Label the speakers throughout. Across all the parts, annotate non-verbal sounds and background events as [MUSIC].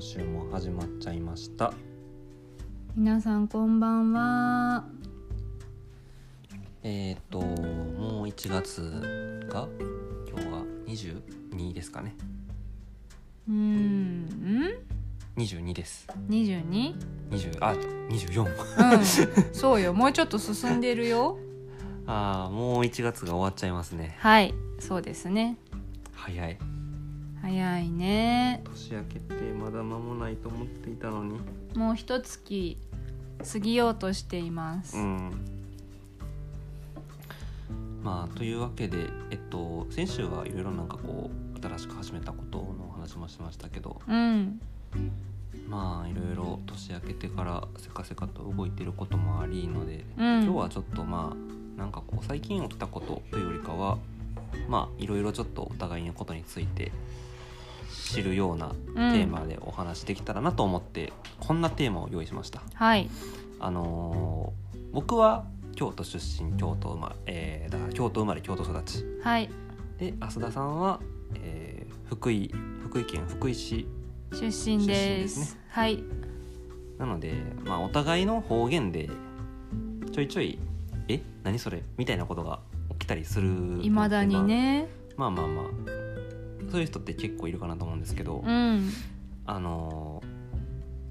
Speaker 1: 週も始まっちゃいました
Speaker 2: 皆さんこんばんは
Speaker 1: えっ、ー、ともう1月が今日は22ですかね
Speaker 2: うーん
Speaker 1: 22です
Speaker 2: ん 22?
Speaker 1: 20あ24
Speaker 2: [LAUGHS] うんそうよもうちょっと進んでるよ
Speaker 1: あーもう1月が終わっちゃいますね
Speaker 2: はいそうですね
Speaker 1: 早い
Speaker 2: 早いね
Speaker 1: 年明けてまだ間もないと思っていたのに
Speaker 2: もう一月過ぎようとしています、
Speaker 1: うんまあというわけでえっと先週はいろいろなんかこう新しく始めたことのお話もしましたけど
Speaker 2: うん
Speaker 1: まあいろいろ年明けてからせかせかと動いてることもありので、
Speaker 2: うん
Speaker 1: 今日はちょっとまあなんかこう最近起きたことというよりかはまあいろいろちょっとお互いのことについて知るような
Speaker 2: テ
Speaker 1: テーマでお話できたらなと思って、こんなテーマを用意しました。
Speaker 2: はい
Speaker 1: あのー僕は京都出身京都生まれ、えーだから京都生まれ京都育ち
Speaker 2: はい
Speaker 1: で浅田さんは、えー福井福井県福井市
Speaker 2: 出身
Speaker 1: 出身
Speaker 2: で
Speaker 1: ですす
Speaker 2: はい
Speaker 1: なので、まあ、お互いの方言でちょいちょい「え何それ?」みたいなことが起きたりする
Speaker 2: いまだにね
Speaker 1: まあまあまあそういう人って結構いるかなと思うんですけど、
Speaker 2: うん
Speaker 1: あのー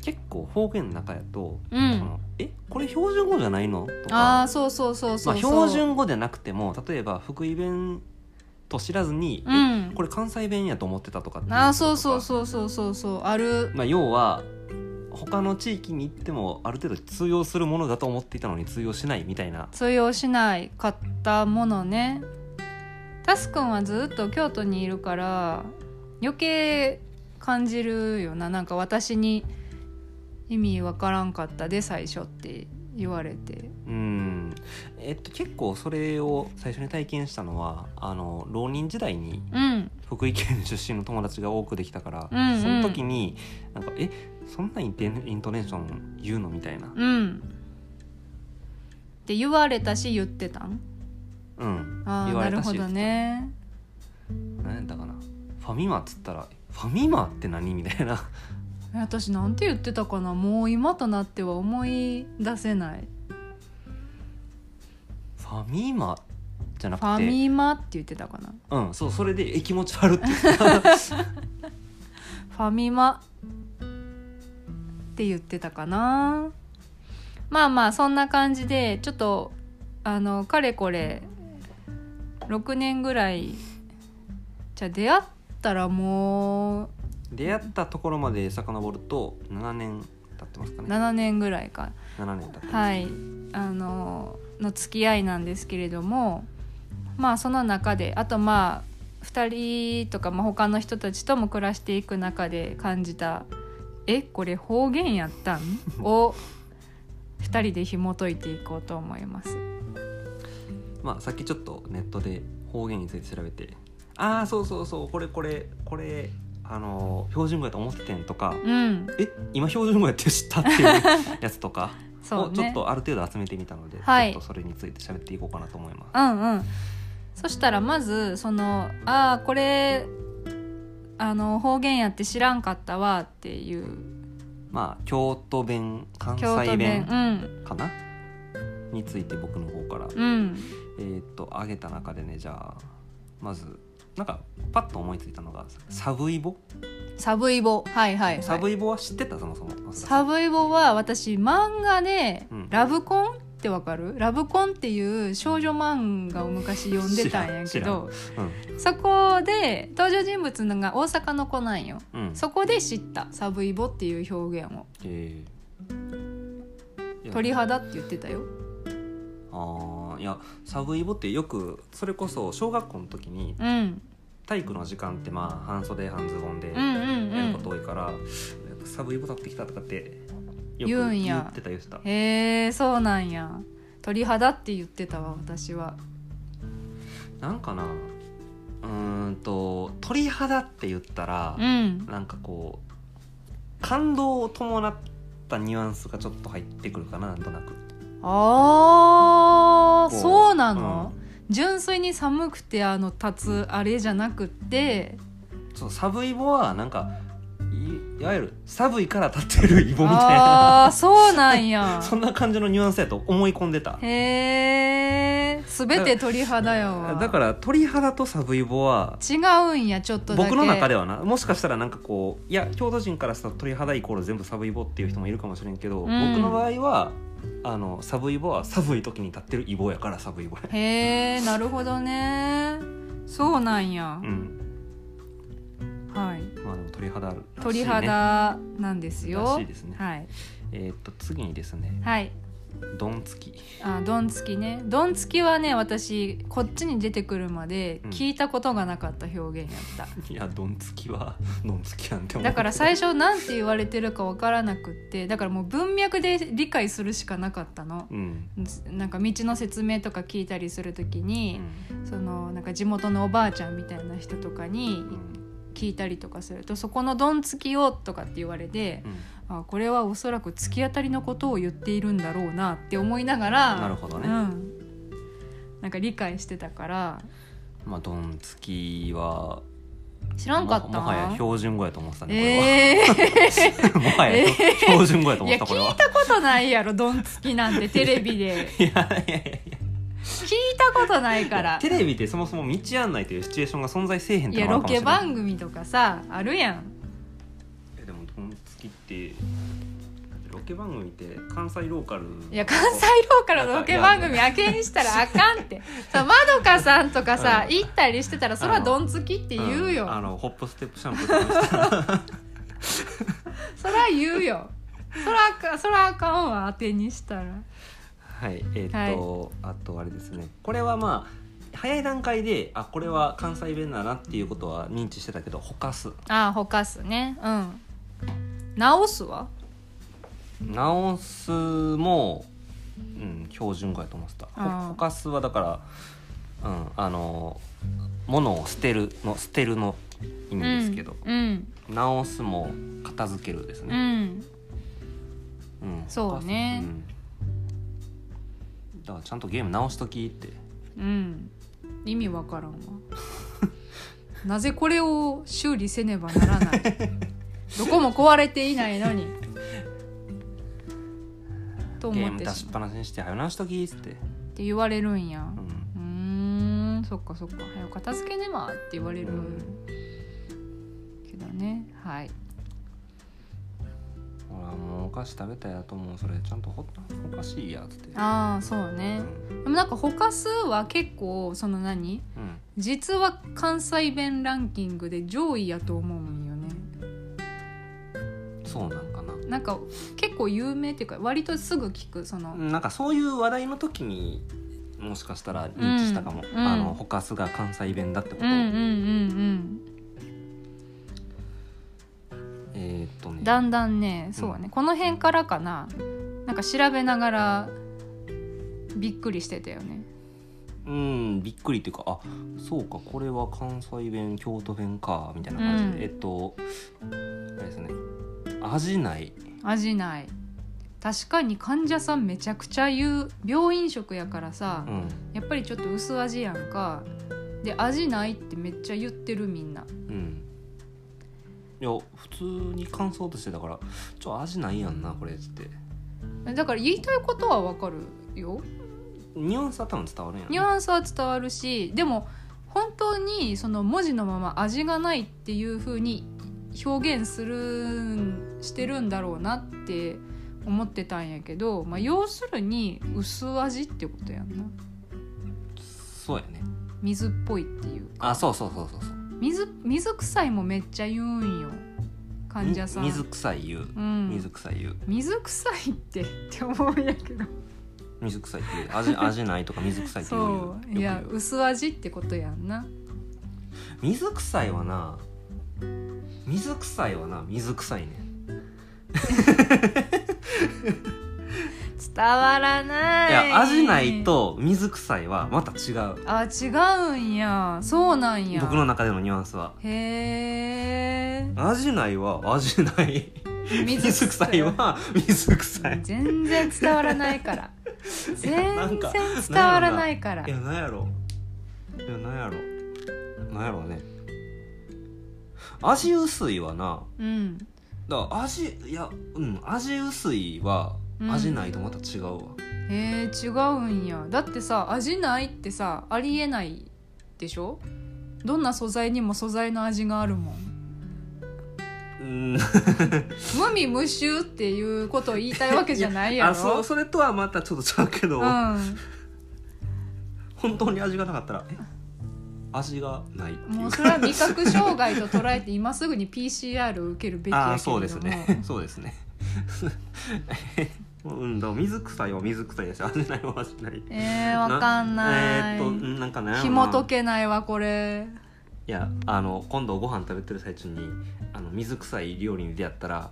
Speaker 1: 結構方言の中やと「
Speaker 2: う
Speaker 1: こ
Speaker 2: ん
Speaker 1: のえこれ標準語じゃないの?」と
Speaker 2: あ
Speaker 1: か
Speaker 2: あそうそうそう
Speaker 1: ま
Speaker 2: そ
Speaker 1: あ、
Speaker 2: うそう、
Speaker 1: 標準語でなくても例えば福井弁と知らずに、
Speaker 2: う
Speaker 1: え
Speaker 2: ん
Speaker 1: これ関西弁やと思ってたとかってい
Speaker 2: あーそうそう
Speaker 1: う人と
Speaker 2: そうそうそうそうある
Speaker 1: か、まあ、要は他の地域に行ってもある程度通用するものだと思っていたのに通用しないみたいな
Speaker 2: 通用しないかったものねタスくんはずっと京都にいるから余計感じるよななんか私に意味わからんかったで最初って言われて
Speaker 1: うん、えっと、結構それを最初に体験したのはあの浪人時代に
Speaker 2: うん
Speaker 1: 福井県出身の友達が多くできたから、
Speaker 2: うんうん
Speaker 1: その時になんか「えそんなインテイントネーション言うの?」みたいな。
Speaker 2: うんって言われたし言ってたん
Speaker 1: うん、
Speaker 2: ああ
Speaker 1: 言わ
Speaker 2: な
Speaker 1: れ
Speaker 2: る
Speaker 1: たし
Speaker 2: ほどね
Speaker 1: 何やったかなファミマっつったら「ファミマって何?」みたいな
Speaker 2: え私なんて言ってたかなもう今となっては思い出せない
Speaker 1: 「ファミマ」じゃな
Speaker 2: ファ
Speaker 1: くて
Speaker 2: ミマって言ってたかな
Speaker 1: うんそうそれで「え気持ち悪」って言った
Speaker 2: ファミマって言ってたかなまあまあそんな感じでちょっとあのかれこれ6年ぐらいじゃあ出会ったらもう
Speaker 1: 出会ったところまで遡ると7年経ってますかね
Speaker 2: 7年ぐらいか
Speaker 1: 7年経ってます
Speaker 2: はいあのの付き合いなんですけれどもまあその中であとまあ2人とか、まあ、他の人たちとも暮らしていく中で感じた「えこれ方言やったん?」を2人で紐解いていこうと思います。
Speaker 1: まあさっきちょっとネットで方言について調べて「ああそうそうそうこれこれこれあのー標準語やと思ってん」とか
Speaker 2: うん
Speaker 1: 「え今標準語やって知った」っていうやつとか
Speaker 2: [LAUGHS] そ
Speaker 1: を
Speaker 2: う
Speaker 1: ちょっ
Speaker 2: ね
Speaker 1: とある程度集めてみたので、
Speaker 2: はい
Speaker 1: ちょっとそれについて喋っていこうかなと思います。
Speaker 2: うんうんそしたらまずその「ああこれあの方言やって知らんかったわ」っていう
Speaker 1: まあ京都弁関
Speaker 2: 京
Speaker 1: 西
Speaker 2: 都弁
Speaker 1: 弁かなについて僕の方から、
Speaker 2: うんうん
Speaker 1: えーっと挙げた中でねじゃあまずなんかパッと思いついたのがサブイボ、
Speaker 2: サブイボはいはい、はい、
Speaker 1: サブイボは知ってたそもそも増田さ
Speaker 2: サ
Speaker 1: ん
Speaker 2: ブイボは私漫画で、
Speaker 1: うん
Speaker 2: ラブコンってわかるラブコンっていう少女漫画を昔読んでたんやけ
Speaker 1: 知らん
Speaker 2: どそこで登場人物のが大阪の子なんよ
Speaker 1: うんうん
Speaker 2: そこで知ったサブイボっていう表現を
Speaker 1: えー
Speaker 2: 鳥
Speaker 1: いや
Speaker 2: 肌って言ってたよ
Speaker 1: あーいやサブイボってよくそれこそ小学校の時に
Speaker 2: うん
Speaker 1: 体育の時間ってまあ半袖半ズボンで
Speaker 2: うんう
Speaker 1: や
Speaker 2: ん
Speaker 1: る
Speaker 2: う
Speaker 1: こ
Speaker 2: ん
Speaker 1: と多いから、やっぱサブイボ立ってきたとかってよく
Speaker 2: 言うん
Speaker 1: 言
Speaker 2: や
Speaker 1: ってた言ってた
Speaker 2: へえそうなんや鳥肌って言ってたわ私は
Speaker 1: なんかなうーんと鳥肌って言ったら
Speaker 2: うん
Speaker 1: なんかこう感動を伴ったニュアンスがちょっと入ってくるかななんとなく
Speaker 2: あー
Speaker 1: こ
Speaker 2: そうなの、、純粋に寒くてあの立つあれじゃなくって
Speaker 1: うんそうサブイボはなんかいいわゆる寒いから立ってるイボみたい
Speaker 2: ああー
Speaker 1: な
Speaker 2: そうなんや
Speaker 1: [LAUGHS] そんな感じのニュアンスやと思い込んでた
Speaker 2: へえ全て鳥肌やわ
Speaker 1: だから鳥肌とサブイボは
Speaker 2: 違うんやちょっとだけ
Speaker 1: 僕の中で
Speaker 2: は
Speaker 1: はなもしかしたらなんかこういや京都人からしたら鳥肌イコール全部サブイボっていう人もいるかもしれんけど、
Speaker 2: ん
Speaker 1: 僕の場合はあのサブイボは寒い時に立ってるイボやからサブイボや、
Speaker 2: へえなるほどねそうなんや
Speaker 1: う、ん、
Speaker 2: はい
Speaker 1: まあでも鳥肌あるらしいね
Speaker 2: 鳥肌なんです
Speaker 1: ら
Speaker 2: よ
Speaker 1: しいですね
Speaker 2: はい
Speaker 1: えーっと次にですね
Speaker 2: はい
Speaker 1: ドンつき
Speaker 2: あドンつきねドンつきはね私こっちに出てくるまで
Speaker 1: うん
Speaker 2: 聞いたことがなかった表現やった、
Speaker 1: [LAUGHS] いやドンつきは [LAUGHS] ドンつきやんって思う
Speaker 2: だから最初なんて言われてるかわからなくってだからもう文脈で理解するしかなかったの
Speaker 1: うん、
Speaker 2: なんか道の説明とか聞いたりするときに、そのなんか地元のおばあちゃんみたいな人とかに
Speaker 1: うん
Speaker 2: 聞いたりとかするとそこの「どんつきを」とかって言われて
Speaker 1: うん
Speaker 2: あこれはおそらく突き当たりのことを言っているんだろうなって思いながら
Speaker 1: なるほどね
Speaker 2: うん、なんか理解してたから
Speaker 1: まあドンつきは
Speaker 2: 知らんかった
Speaker 1: ももはや標準語やと思ってたね
Speaker 2: えー、 [LAUGHS]
Speaker 1: これは、 [LAUGHS] もはや標準語やと
Speaker 2: い
Speaker 1: 思って
Speaker 2: や
Speaker 1: たこれ
Speaker 2: 聞い
Speaker 1: は
Speaker 2: たことないやろどんつきな
Speaker 1: [LAUGHS]
Speaker 2: んてテレビで
Speaker 1: いやいやいや
Speaker 2: 聞いたことないから
Speaker 1: テレビでそもそも道案内というシチュエーションが存在せえへんっ
Speaker 2: い
Speaker 1: て
Speaker 2: や
Speaker 1: のもあ
Speaker 2: ロ
Speaker 1: るかもしれな
Speaker 2: ケ
Speaker 1: い
Speaker 2: 番組とかさあるやん
Speaker 1: えでもドンつきってロケ番組って関西ローカル
Speaker 2: いや関西ローカルのロケ番組明けにしたらあかんってさまどかさんとかさ
Speaker 1: うん
Speaker 2: 行ったりしてたらそれはどんつきって言うよ、
Speaker 1: んあのホップステップシャンプーとかしたら
Speaker 2: そら言うよそらあかそらあかんわ当てにしたら
Speaker 1: はいえーっと、あとあれですねこれはまあ早い段階であこれは関西弁だなっていうことは認知してたけどほかす
Speaker 2: ああほかすねうん直すわ
Speaker 1: 直すも、うん、標準語やと思ってた
Speaker 2: あー
Speaker 1: ほほかすはだから、うん、あの物を捨てるの捨てるの意味ですけど、
Speaker 2: うん
Speaker 1: 直すも片付けるです
Speaker 2: うん、う
Speaker 1: ね。
Speaker 2: ん、
Speaker 1: うん
Speaker 2: そうね
Speaker 1: うんだからちゃんとゲーム直しときって。
Speaker 2: うん意味わからんわ [LAUGHS] なぜこれを修理せねばなら
Speaker 1: [LAUGHS]
Speaker 2: ないどこも壊れていないのにと
Speaker 1: ゲ
Speaker 2: 思
Speaker 1: ー
Speaker 2: っ
Speaker 1: ム
Speaker 2: て
Speaker 1: 出
Speaker 2: し
Speaker 1: しっ
Speaker 2: ま
Speaker 1: ぱなしにして、はよ直しときっつって。
Speaker 2: うって言われるんや
Speaker 1: う
Speaker 2: うんーんそっかそっか早く片付けねばって言われる
Speaker 1: うん
Speaker 2: けどねはい
Speaker 1: ほら、もうお菓子食べたやと思う、それちゃんとほ、おかしいやっつって。
Speaker 2: ああそうね
Speaker 1: うん
Speaker 2: でもなんかほかすは結構その何
Speaker 1: うん
Speaker 2: 実は関西弁ランキングで上位やと思うんよね
Speaker 1: そうなんかな。
Speaker 2: なんか結構有名っていうか割とすぐ聞くその、
Speaker 1: なんかそういう話題の時にもしかしたら認知したかも、
Speaker 2: うん
Speaker 1: あ
Speaker 2: うん
Speaker 1: のほかすが関西弁だってこと
Speaker 2: う
Speaker 1: を、
Speaker 2: んうんうん
Speaker 1: えーっと
Speaker 2: う
Speaker 1: ね
Speaker 2: んだんだんねそうねこの辺からかななんか調べながらびっくりしてたよね
Speaker 1: うんびっくりっていうかあそうかこれは関西弁京都弁かみたいな感じで、
Speaker 2: うん
Speaker 1: えっとあれですね味ない
Speaker 2: 味ない確かに患者さんめちゃくちゃ言う病院食やからさ、
Speaker 1: うん
Speaker 2: やっぱりちょっと薄味やんかで味ないってめっちゃ言ってるみんな
Speaker 1: うんいや普通に感想としてだから「ちょ味ないやんなこれ」っつって
Speaker 2: だから言いたいことはわかるよ
Speaker 1: ニュアンスは多分伝わるんやん
Speaker 2: ニュアンスは伝わるしでも本当にその文字のまま味がないっていう風に表現するんしてるんだろうなって思ってたんやけど、まあ、要するに薄味ってことやんな
Speaker 1: そうやね
Speaker 2: 水っぽいっていう
Speaker 1: あそうそうそうそうそう
Speaker 2: 水水臭いもめっちゃ言うんよ患者さん
Speaker 1: み水臭い言う
Speaker 2: うん、
Speaker 1: 水臭い言う
Speaker 2: 水臭いってって思うんやけど
Speaker 1: 水臭いっていう
Speaker 2: [LAUGHS]
Speaker 1: 味味ないとか水臭いっていうよ
Speaker 2: そういや
Speaker 1: く言う
Speaker 2: 薄味ってことやんな
Speaker 1: 水臭いはな水臭いはな水臭いね
Speaker 2: 伝わらない
Speaker 1: いや味ないと水臭いはまた違う
Speaker 2: あ違うんやそうなんや
Speaker 1: 僕の中でのニュアンスは
Speaker 2: へえ
Speaker 1: 味ないは味ない [LAUGHS] 水臭いは水臭い
Speaker 2: 全然伝わらないから
Speaker 1: い
Speaker 2: 全
Speaker 1: やなん
Speaker 2: 然
Speaker 1: か
Speaker 2: 伝わらないから
Speaker 1: いやなんやろいやなんやろなんやろね味薄いはな
Speaker 2: うん
Speaker 1: だから味いやうん味薄いは
Speaker 2: うん
Speaker 1: 味ないとまた違うわ、
Speaker 2: えー、違うんやだってさ味ないってさありえないでしょどんな素材にも素材の味があるもん
Speaker 1: うん、
Speaker 2: 無味無臭っていうことを言いたいわけじゃないや
Speaker 1: [LAUGHS]
Speaker 2: ろ
Speaker 1: あそうそれとはまたちょっと違うけど、
Speaker 2: う
Speaker 1: 本当に味がなかったらえ味がないって
Speaker 2: ん、
Speaker 1: い
Speaker 2: も
Speaker 1: う
Speaker 2: うそれは味覚障害と捉えて今すぐに PCR を受けるべきやけ
Speaker 1: あ
Speaker 2: れど
Speaker 1: あ
Speaker 2: も
Speaker 1: そうですね [LAUGHS] そうですねうんだから水臭いは水臭いです味ないは味ない
Speaker 2: えー、わかんない
Speaker 1: えーっとうんなんかね
Speaker 2: 紐解けないわこれ
Speaker 1: いやあの今度ご飯食べてる最中にあの水臭い料理に出会ったらはっ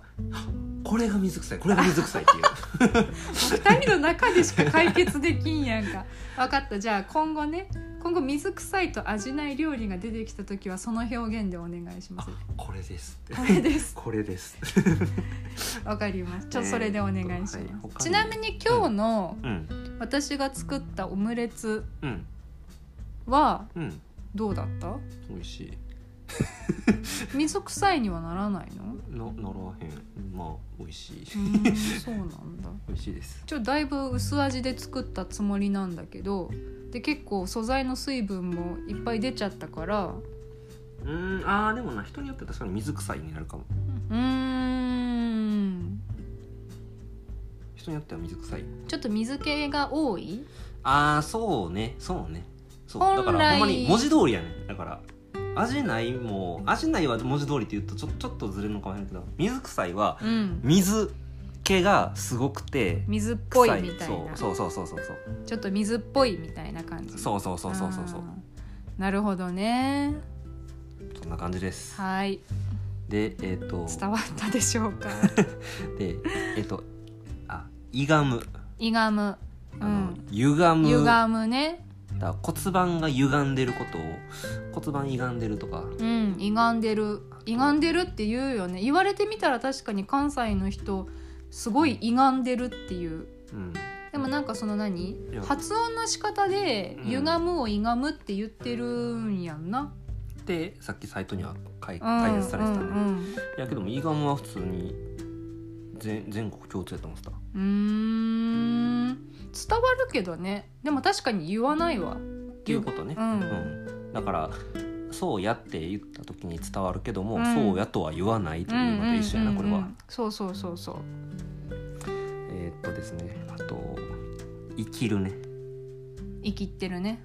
Speaker 1: これが水臭いこれが水臭いっ
Speaker 2: [LAUGHS]
Speaker 1: ていう
Speaker 2: 二人の中でしか解決できんやんか [LAUGHS] 分かったじゃあ今後ね今後水臭いと味ない料理が出てきた時はその表現でお願いしま
Speaker 1: あ
Speaker 2: す
Speaker 1: これですって
Speaker 2: これ
Speaker 1: [LAUGHS]
Speaker 2: です
Speaker 1: これです
Speaker 2: わかりますちょっ
Speaker 1: えー
Speaker 2: とそれでお願いします、
Speaker 1: はい他に
Speaker 2: ちなみに今日の
Speaker 1: うん
Speaker 2: 私が作ったオムレツ
Speaker 1: うん
Speaker 2: は
Speaker 1: うん
Speaker 2: どうだった
Speaker 1: 美味しい
Speaker 2: 水臭いにはならない
Speaker 1: な
Speaker 2: の
Speaker 1: ならへんまあ美味しい
Speaker 2: うーんそうなんだ
Speaker 1: 美味しいです
Speaker 2: ちょだいぶ薄味で作ったつもりなんだけどで結構素材の水分もいっぱい出ちゃったから
Speaker 1: うんあーでもな人によって確かに水臭いになるかも
Speaker 2: うーん
Speaker 1: 人によっては水臭い
Speaker 2: ちょっと水気が多い
Speaker 1: ああそうねそうねそう
Speaker 2: 本
Speaker 1: だ
Speaker 2: 来
Speaker 1: からほんまに文字通りやねだから味ないも味ないは文字通りって言うとちょちょっとずれるのかもしれないけど水臭いは
Speaker 2: うん
Speaker 1: 水気がすごくて
Speaker 2: 水っぽい
Speaker 1: 臭い
Speaker 2: みたいな
Speaker 1: そうそうそうそうそう
Speaker 2: ちょっと水っぽいみたいな感じ
Speaker 1: そうそうそうそうそうそう
Speaker 2: あーなるほどね
Speaker 1: そんな感じです
Speaker 2: はい
Speaker 1: でえっ、と
Speaker 2: 伝わったでしょ
Speaker 1: [LAUGHS]
Speaker 2: うか
Speaker 1: でえっ、とあ歪む
Speaker 2: 歪むう
Speaker 1: あの、
Speaker 2: ん
Speaker 1: 歪む
Speaker 2: 歪むね
Speaker 1: だから骨盤が歪んでることを骨盤歪んでるとか
Speaker 2: うん歪んでる歪んでるって言うよね言われてみたら確かに関西の人すごい歪んでるっていう
Speaker 1: うん
Speaker 2: でもなんかその何
Speaker 1: いや
Speaker 2: 発音の仕方で
Speaker 1: うん
Speaker 2: 歪むを歪むって言ってるんやんな、
Speaker 1: でさっきサイトには解
Speaker 2: うん、
Speaker 1: 解説されてたね、
Speaker 2: うんうん
Speaker 1: いやけどもイガムは普通に全全国共通やと思ってた
Speaker 2: うーん伝わるけどねでも確かに言わないわ
Speaker 1: っていうことね、
Speaker 2: うん
Speaker 1: うんだから「そうや」って言った時に伝わるけども「
Speaker 2: うん
Speaker 1: そうや」とは言わないというのと一緒やな、
Speaker 2: うんうんうん
Speaker 1: こ
Speaker 2: う
Speaker 1: れは
Speaker 2: ん。そうそうそうそう
Speaker 1: えーっとですねあと「生きるね」
Speaker 2: 生きってるね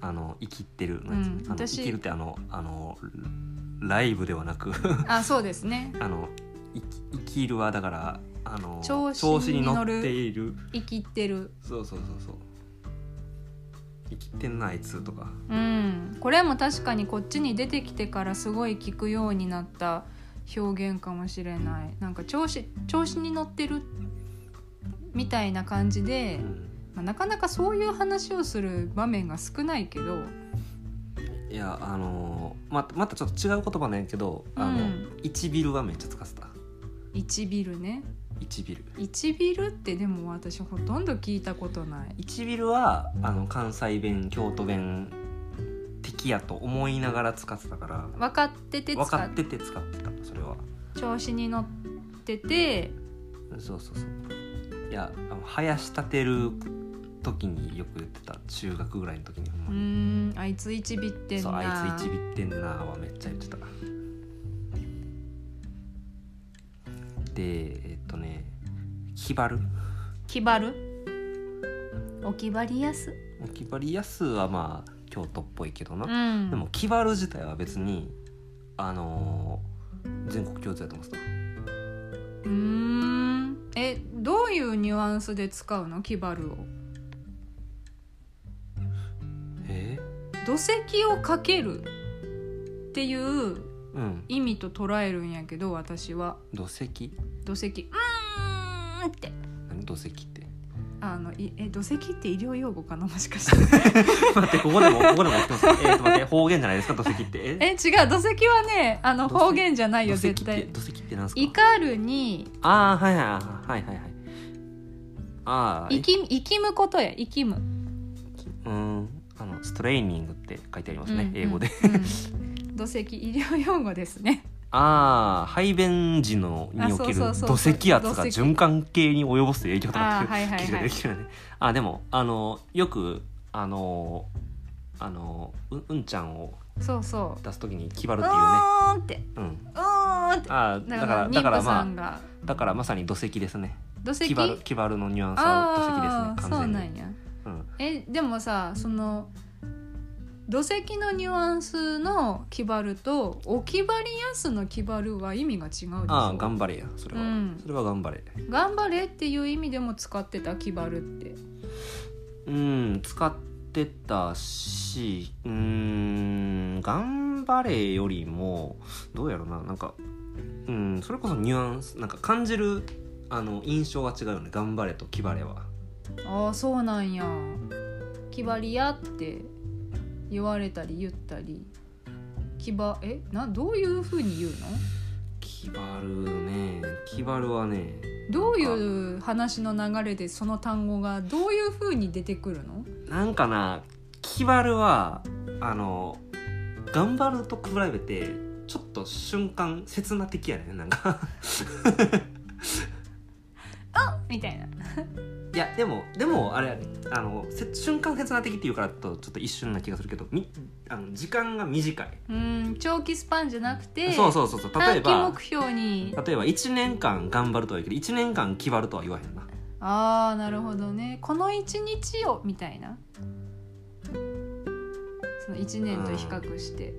Speaker 1: あの「生きってるのやつ」
Speaker 2: うん
Speaker 1: あの
Speaker 2: 私
Speaker 1: 生きる」ってあのあのライブではなく [LAUGHS]
Speaker 2: あそうですね
Speaker 1: あの生き「生きる」はだからあの
Speaker 2: 調子
Speaker 1: に
Speaker 2: に
Speaker 1: 乗
Speaker 2: 乗る
Speaker 1: っている
Speaker 2: 生きってる
Speaker 1: そうそうそうそう生きてんなあいつとか
Speaker 2: うんこれも確かにこっちに出てきてからすごい聞くようになった表現かもしれないなんか調子調子に乗ってるみたいな感じで、
Speaker 1: うん
Speaker 2: まあ、なかなかそういう話をする場面が少ないけど
Speaker 1: いやあのーままたちょっと違う言葉なんやけどあの、
Speaker 2: うん
Speaker 1: 1ビルはめっちゃ使ってた
Speaker 2: 1ビルね
Speaker 1: 1ビル
Speaker 2: 1ビルってでも私ほとんど聞いたことない
Speaker 1: 1ビルはあの関西弁京都弁的やと思いながら使ってたから
Speaker 2: 分かってて
Speaker 1: 分
Speaker 2: 使
Speaker 1: か
Speaker 2: っ
Speaker 1: ってて使ってたそれは
Speaker 2: 調子に乗ってて
Speaker 1: そうそうそういやあの生やし立てる時によく言ってた中学ぐらいの時にほん
Speaker 2: う
Speaker 1: まに
Speaker 2: ーんあいつ1ビってんな
Speaker 1: そうあいつ1ビってんなはめっちゃ言ってたでえっとね気張る
Speaker 2: 気張るお気張りやす
Speaker 1: 気張りやすはまあ京都っぽいけどな、
Speaker 2: うん
Speaker 1: でも気張る自体は別にあのー全国共通やと思ってた
Speaker 2: うーんえどういうニュアンスで使うの気張るを
Speaker 1: え
Speaker 2: 土石をかけるっていう
Speaker 1: ー、うん
Speaker 2: 意味と捉えるんやけど私は
Speaker 1: 土石
Speaker 2: 土石うーんって
Speaker 1: 何土石って
Speaker 2: あのいえ土石って医療用語かな [LAUGHS] もしかして
Speaker 1: [LAUGHS] 待ってここでもここでも言ってますえー、と待って方言じゃないですか土石ってえ
Speaker 2: え違う土石はねあの
Speaker 1: 土石
Speaker 2: 方言じゃない
Speaker 1: 土
Speaker 2: よ
Speaker 1: 石って
Speaker 2: 絶対
Speaker 1: 土石ってなんですか
Speaker 2: 怒るに
Speaker 1: ああはいはいはいはいはいはいああ
Speaker 2: 生き生きむことや生きむ、
Speaker 1: うんあのストレーニングって書いてありますね、
Speaker 2: うん
Speaker 1: 英語で
Speaker 2: うんうん土石医療用語ですね
Speaker 1: ああ排便時のに
Speaker 2: あ
Speaker 1: おける
Speaker 2: そうそう
Speaker 1: 土
Speaker 2: そうそう
Speaker 1: 石圧が
Speaker 2: 土石
Speaker 1: 循環系に及ぼす影響とかっ
Speaker 2: あーは
Speaker 1: て
Speaker 2: い
Speaker 1: い
Speaker 2: は
Speaker 1: う
Speaker 2: い
Speaker 1: 記事ができてるよね。あでもあのよくあのあのううんちゃんを
Speaker 2: そうそう
Speaker 1: 出す時に決まる
Speaker 2: う
Speaker 1: っていう
Speaker 2: ーんって
Speaker 1: ね。うん。
Speaker 2: うーんって
Speaker 1: あー
Speaker 2: だ
Speaker 1: だ
Speaker 2: か
Speaker 1: かららだか
Speaker 2: 妊
Speaker 1: ら
Speaker 2: 婦さ
Speaker 1: ま
Speaker 2: んが
Speaker 1: あだからまさに土石ですね。
Speaker 2: 土石
Speaker 1: 決まる決まるのニュアンスは
Speaker 2: あ
Speaker 1: 土
Speaker 2: あ
Speaker 1: 石ですね。
Speaker 2: そう
Speaker 1: 完
Speaker 2: な
Speaker 1: 全
Speaker 2: ん
Speaker 1: に。
Speaker 2: や
Speaker 1: うん。
Speaker 2: えでもさその土石のニュアンスの決まるとおきばりやすの決まるは意味が違うでしょ
Speaker 1: ああ頑張れやそれは、
Speaker 2: うん
Speaker 1: それは頑張れ。
Speaker 2: 頑張れっていう意味でも使ってた決まるって
Speaker 1: うん使ってたしうーん頑張れよりもどうやろななんかうんそれこそニュアンスなんか感じるあの印象が違うよね頑張れと気張れは
Speaker 2: ああそうなんや決まりやって言われたり言ったり決まえなどういうふうに言うの
Speaker 1: 気張るね気張るはね
Speaker 2: どういう話の流れでその単語がどういうふうに出てくるの
Speaker 1: なんかな気張るはあの頑張ると比べてちょっと瞬間刹那的やねなんか [LAUGHS]
Speaker 2: みたいない
Speaker 1: やでもでもあれあのせ瞬間刹那的っていうからとちょっと一瞬な気がするけどみあの時間が短い、
Speaker 2: うん長期スパンじゃなくて
Speaker 1: そうそうそうそう例え
Speaker 2: 短期
Speaker 1: ば
Speaker 2: 目標に
Speaker 1: 例えば1年間頑張るとは言うけど1年間気張るとは言わへんな
Speaker 2: ああなるほどねこの一日をみたいなその1年と比較して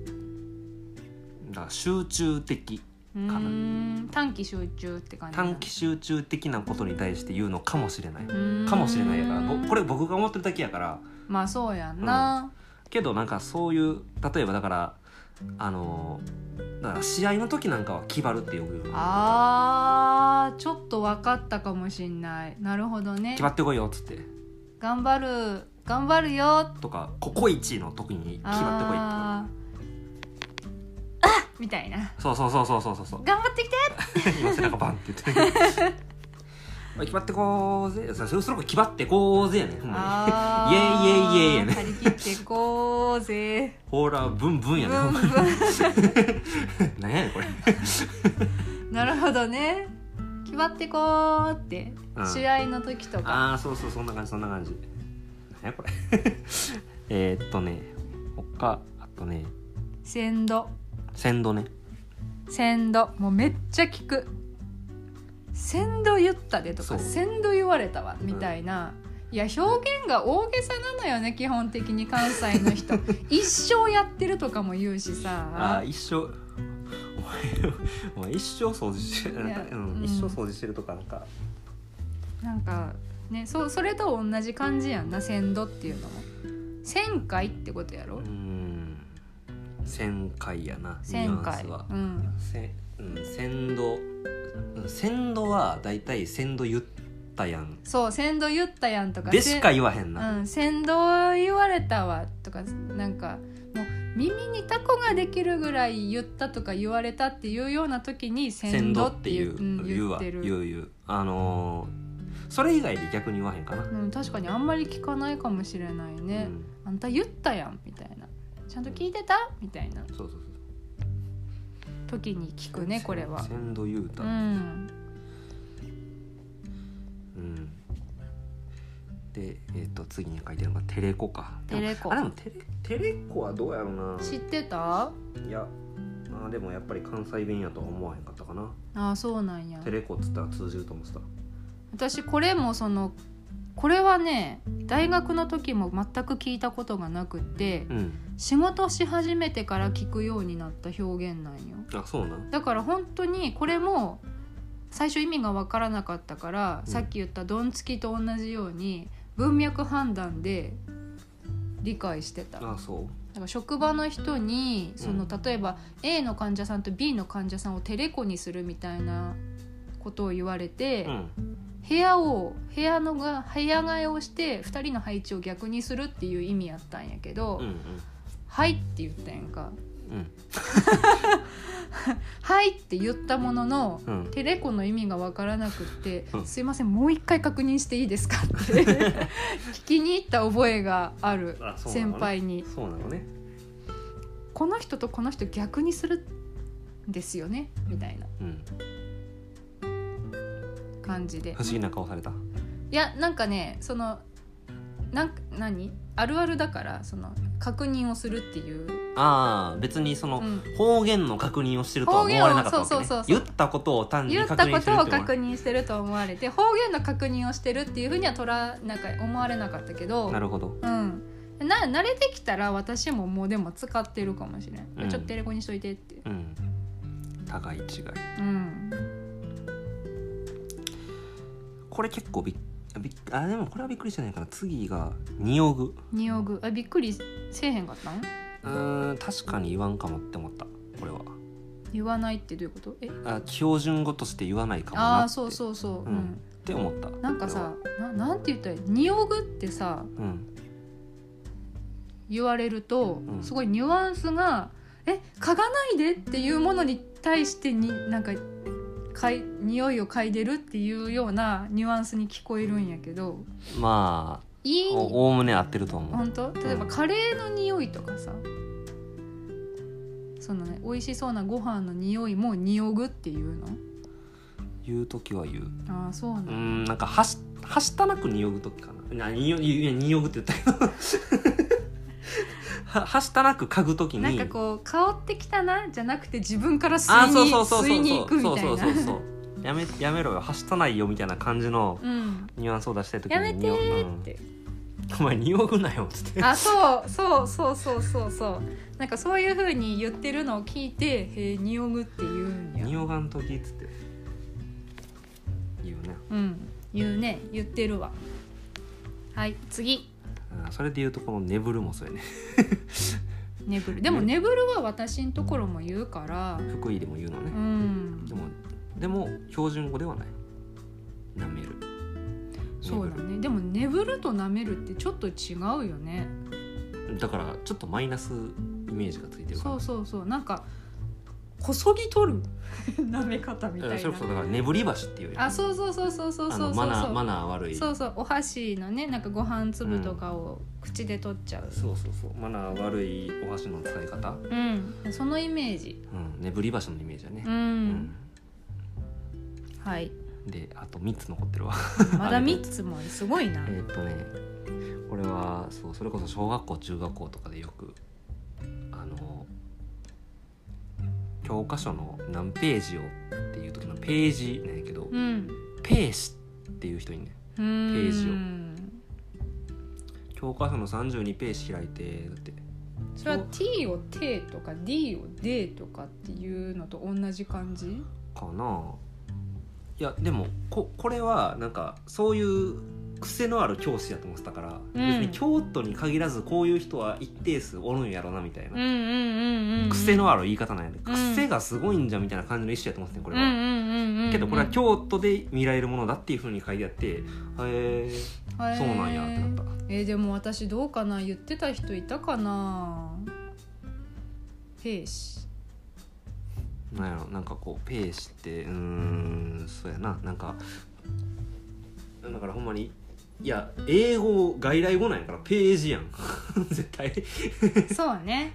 Speaker 1: だから集中的
Speaker 2: うーん短期集中って感じ
Speaker 1: 短期集中的なことに対して言うのかもしれないか
Speaker 2: か
Speaker 1: もしれないやからぼこれ僕が思ってるだけやから
Speaker 2: まあそうやんな、
Speaker 1: けどなんかそういう例えばだからあのだから試合の時なんかは気張るってよく言うの
Speaker 2: あーちょっと分かったかもしんないなるほどね
Speaker 1: 気張ってこいよっつって
Speaker 2: 頑張る頑張るよ
Speaker 1: とかココイチの時に気張ってこいって
Speaker 2: あーあみたいな
Speaker 1: そうそうそうそうそうそうそう
Speaker 2: 頑張ってきて
Speaker 1: 今背中バンって言っておい決まってこうぜそそろそろ決まってこうぜやねほんまに
Speaker 2: あ
Speaker 1: イエイイエイイエイやね
Speaker 2: 張り切ってこうぜ
Speaker 1: ほらブンブンやねほんまに何やねんこれ
Speaker 2: なるほどね決まってこうって、
Speaker 1: うん
Speaker 2: 試合の時とか
Speaker 1: ああそうそうそんな感じそんな感じ何やこれえーっとね他あとね
Speaker 2: 鮮度
Speaker 1: 鮮度ね
Speaker 2: 鮮度もうめっちゃ聞く鮮度言ったでと
Speaker 1: そう
Speaker 2: か鮮度言われたわみたいな、いや表現が大げさなのよね基本的に関西
Speaker 1: [LAUGHS]
Speaker 2: の人一生やってるとかも言うし
Speaker 1: あ
Speaker 2: さ
Speaker 1: あ一生 [LAUGHS] お前お前一生掃除してる
Speaker 2: いや
Speaker 1: うん
Speaker 2: うん
Speaker 1: 一生掃除してるとかなんか
Speaker 2: なんかねそうそれと同じ感じやんな鮮度っていうのも1000回ってことや
Speaker 1: う
Speaker 2: ろ
Speaker 1: ーん1000回やなニュ
Speaker 2: 1000
Speaker 1: アン
Speaker 2: 回
Speaker 1: スは
Speaker 2: うん
Speaker 1: せうん鮮度うん鮮度はだいたい鮮度言ったやん
Speaker 2: そう鮮度言ったやんとか
Speaker 1: でしか言わへんな、
Speaker 2: うん、先導言われたわとかなんかもう耳にタコができるぐらい言ったとか言われたっていうような時に
Speaker 1: 鮮
Speaker 2: 先
Speaker 1: 度
Speaker 2: 導
Speaker 1: っ
Speaker 2: ってて
Speaker 1: い
Speaker 2: いうう、うん、
Speaker 1: 言う
Speaker 2: 言っ
Speaker 1: わ
Speaker 2: て
Speaker 1: 言う
Speaker 2: る
Speaker 1: 言うあのーそれ以外で逆に言わへんかな、
Speaker 2: うん、確かにあんまり聞かないかもしれないね
Speaker 1: う、ん
Speaker 2: あんた言ったやんみたいなちゃんと聞いてたみたいな
Speaker 1: そうそう
Speaker 2: 時に聞
Speaker 1: そう
Speaker 2: くねこれは
Speaker 1: 鮮度言うた
Speaker 2: う、ん
Speaker 1: うんで、えー、と次に書いてるのがテレコかでも
Speaker 2: テレコ
Speaker 1: あでもテレテレコはどうやろうな
Speaker 2: 知ってた
Speaker 1: いやまあでもやっぱり関西弁やとは思わへんかったかな
Speaker 2: ああそうなんや
Speaker 1: テレコっつったら通じると思ってた
Speaker 2: 私これもそのこれはね大学の時も全く聞いたことがなくって、
Speaker 1: うん
Speaker 2: 仕事し始めてから聞くようになった表現なんよ
Speaker 1: あそうなん
Speaker 2: だから本当にこれも最初意味が分からなかったから、
Speaker 1: うん
Speaker 2: さっき言ったドンつきと同じように文脈判断で理解してただか
Speaker 1: あそう
Speaker 2: ら職場の人にその
Speaker 1: う
Speaker 2: 例えば A の患者さんと B の患者さんをテレコにするみたいなことを言われて、
Speaker 1: うん
Speaker 2: 部屋を部屋のが部屋替えをして2人の配置を逆にするっていう意味やったんやけど「
Speaker 1: うんうん
Speaker 2: はい」って言ったやんか。
Speaker 1: うん
Speaker 2: 「はい」って言ったものの、
Speaker 1: うん
Speaker 2: テレコの意味が分からなくって
Speaker 1: うん
Speaker 2: 「すいませんもう一回確認していいですか?」って
Speaker 1: [LAUGHS]
Speaker 2: 聞きに行った覚えがある
Speaker 1: あそうなの
Speaker 2: 先輩に
Speaker 1: そうなのね
Speaker 2: 「この人とこの人逆にするですよねみたいな
Speaker 1: うん、
Speaker 2: 感じで
Speaker 1: 不思議な顔された
Speaker 2: いやなんかねそのなんか何あるあるだからその確認をするっていう、
Speaker 1: ああ別にその、
Speaker 2: うん
Speaker 1: 方言の確認をしてるとは思われなかったわけ、ね、
Speaker 2: 方言をそうそうそう
Speaker 1: 言
Speaker 2: そう
Speaker 1: ったことを単に
Speaker 2: 言っ
Speaker 1: 確
Speaker 2: た
Speaker 1: 認
Speaker 2: こ
Speaker 1: してる
Speaker 2: と
Speaker 1: っ
Speaker 2: を
Speaker 1: て思わ
Speaker 2: 確
Speaker 1: れ
Speaker 2: 認してると思われて方言の確認をしてるっていうふうにはとらなんか思われなかったけど
Speaker 1: なるほど
Speaker 2: うん、な慣れてきたら私ももうでも使ってるかもしれん、
Speaker 1: うん
Speaker 2: ちょっと英語にしといてって、
Speaker 1: うん互い違い
Speaker 2: うん、
Speaker 1: これ結構びっびっあでもこれはびっくりしてないかな次が「におぐ
Speaker 2: におぐあびっくりせえへんかったん」
Speaker 1: うーん確かに言わんかもって思ったこれは
Speaker 2: 言わないってどういうことえ
Speaker 1: あ標準語として言わないかもな
Speaker 2: あ
Speaker 1: って
Speaker 2: あーそうそうそう、
Speaker 1: うん
Speaker 2: うん
Speaker 1: って思った
Speaker 2: なんかさななんて言ったらいいにおぐってさ
Speaker 1: これはうん
Speaker 2: 言われると、
Speaker 1: うん
Speaker 2: すごいニュアンスが「え嗅がないで」っていうものに対してになんかかい匂いを嗅いでるっていうようなニュアンスに聞こえるんやけど
Speaker 1: まあ
Speaker 2: いい
Speaker 1: おおおむね合ってると思う
Speaker 2: 本当例えばカレーの匂いとかさそのね美味しそうなご飯の匂いも「におぐ」っていうの
Speaker 1: 言う時は言う
Speaker 2: ああそうな
Speaker 1: うー
Speaker 2: の、
Speaker 1: んなんかはしはしたなくにおぐ時かななにおいやにおぐって言ったけど [LAUGHS] ははしたなく嗅ぐ時に
Speaker 2: なんかこう「香ってきたな」じゃなくて自分から吸
Speaker 1: あ
Speaker 2: い
Speaker 1: そう
Speaker 2: に
Speaker 1: そうそうそう
Speaker 2: 吸いに行くみた
Speaker 1: そう
Speaker 2: い
Speaker 1: そうそう
Speaker 2: な
Speaker 1: そうそうやめやめろよはしたないよみたいな感じの
Speaker 2: うん
Speaker 1: ニュアンスを出したい時に
Speaker 2: やめてーっ
Speaker 1: に
Speaker 2: て
Speaker 1: おうんお前におぐなよっつって
Speaker 2: あそうそうそうそうそうそうなんかそういうふうに言ってるのを聞いて「へえにおぐ」って言うんや
Speaker 1: におがん時っつって言うね
Speaker 2: うん言うね言ってるわはい次
Speaker 1: うんそれで言うとこの「眠る」もそうやね
Speaker 2: 眠るでも眠るは私のところも言うから
Speaker 1: 福井でも言うの
Speaker 2: う
Speaker 1: ね、
Speaker 2: ん
Speaker 1: でもでも標準語ではないなめる
Speaker 2: そうだ
Speaker 1: 眠
Speaker 2: ねでも眠ると舐めるってちょっと違うよね
Speaker 1: るだからちょっとマイナスイメージがついてるか
Speaker 2: そ
Speaker 1: ら
Speaker 2: うそうそうなんかこそぎ取る [LAUGHS] 舐め方みたい
Speaker 1: うん
Speaker 2: な
Speaker 1: それこそだから「眠り橋」っていうよ
Speaker 2: あそうそうそうそうそう
Speaker 1: あ
Speaker 2: そう
Speaker 1: の
Speaker 2: そ
Speaker 1: マ
Speaker 2: う
Speaker 1: ナ
Speaker 2: そ
Speaker 1: ー
Speaker 2: う
Speaker 1: マナー悪い
Speaker 2: そうそうお箸のねなんかご飯粒とかを口で取っちゃう
Speaker 1: そうそうそうマナー悪いお箸の使い方
Speaker 2: うん、そのイメージ
Speaker 1: うん、ねぶり橋のイメージだね
Speaker 2: う、ん、はい
Speaker 1: うんであと3つ残ってるわ
Speaker 2: まだ3つもすごいな
Speaker 1: えーっとねこれはそうそれこそ小学校中学校とかでよくあの教科書の何ページをっていう時のページなんやけど、
Speaker 2: うん
Speaker 1: ページっていう人いんねん
Speaker 2: ペー
Speaker 1: ジを教科書の32ページ開いてだって
Speaker 2: それは T を T とか D を D とかっていうのと同じ感じ
Speaker 1: かないやでもここれはなんかそういう癖のある教師やと思ってたから、
Speaker 2: うん
Speaker 1: 別に京都に限らずこういう人は一定数おるんやろなみたいな、
Speaker 2: うんうんうん
Speaker 1: 癖
Speaker 2: あ
Speaker 1: のある言い方なんやね、
Speaker 2: うん
Speaker 1: 癖がすごいんじゃみたいな感じの意思やと思ってたこ
Speaker 2: こ
Speaker 1: れは、
Speaker 2: は
Speaker 1: けどこれは京都で見られるものだっていうふうに書いてあってへえ
Speaker 2: 日
Speaker 1: そうなんやってなった
Speaker 2: えーでも私どうかな言ってた人いたかな兵士
Speaker 1: [LAUGHS] なんやろなんかこうページってうーんそうやななんかだからほんまにいや英語外来語なんやからページやん [LAUGHS] 絶対
Speaker 2: そうね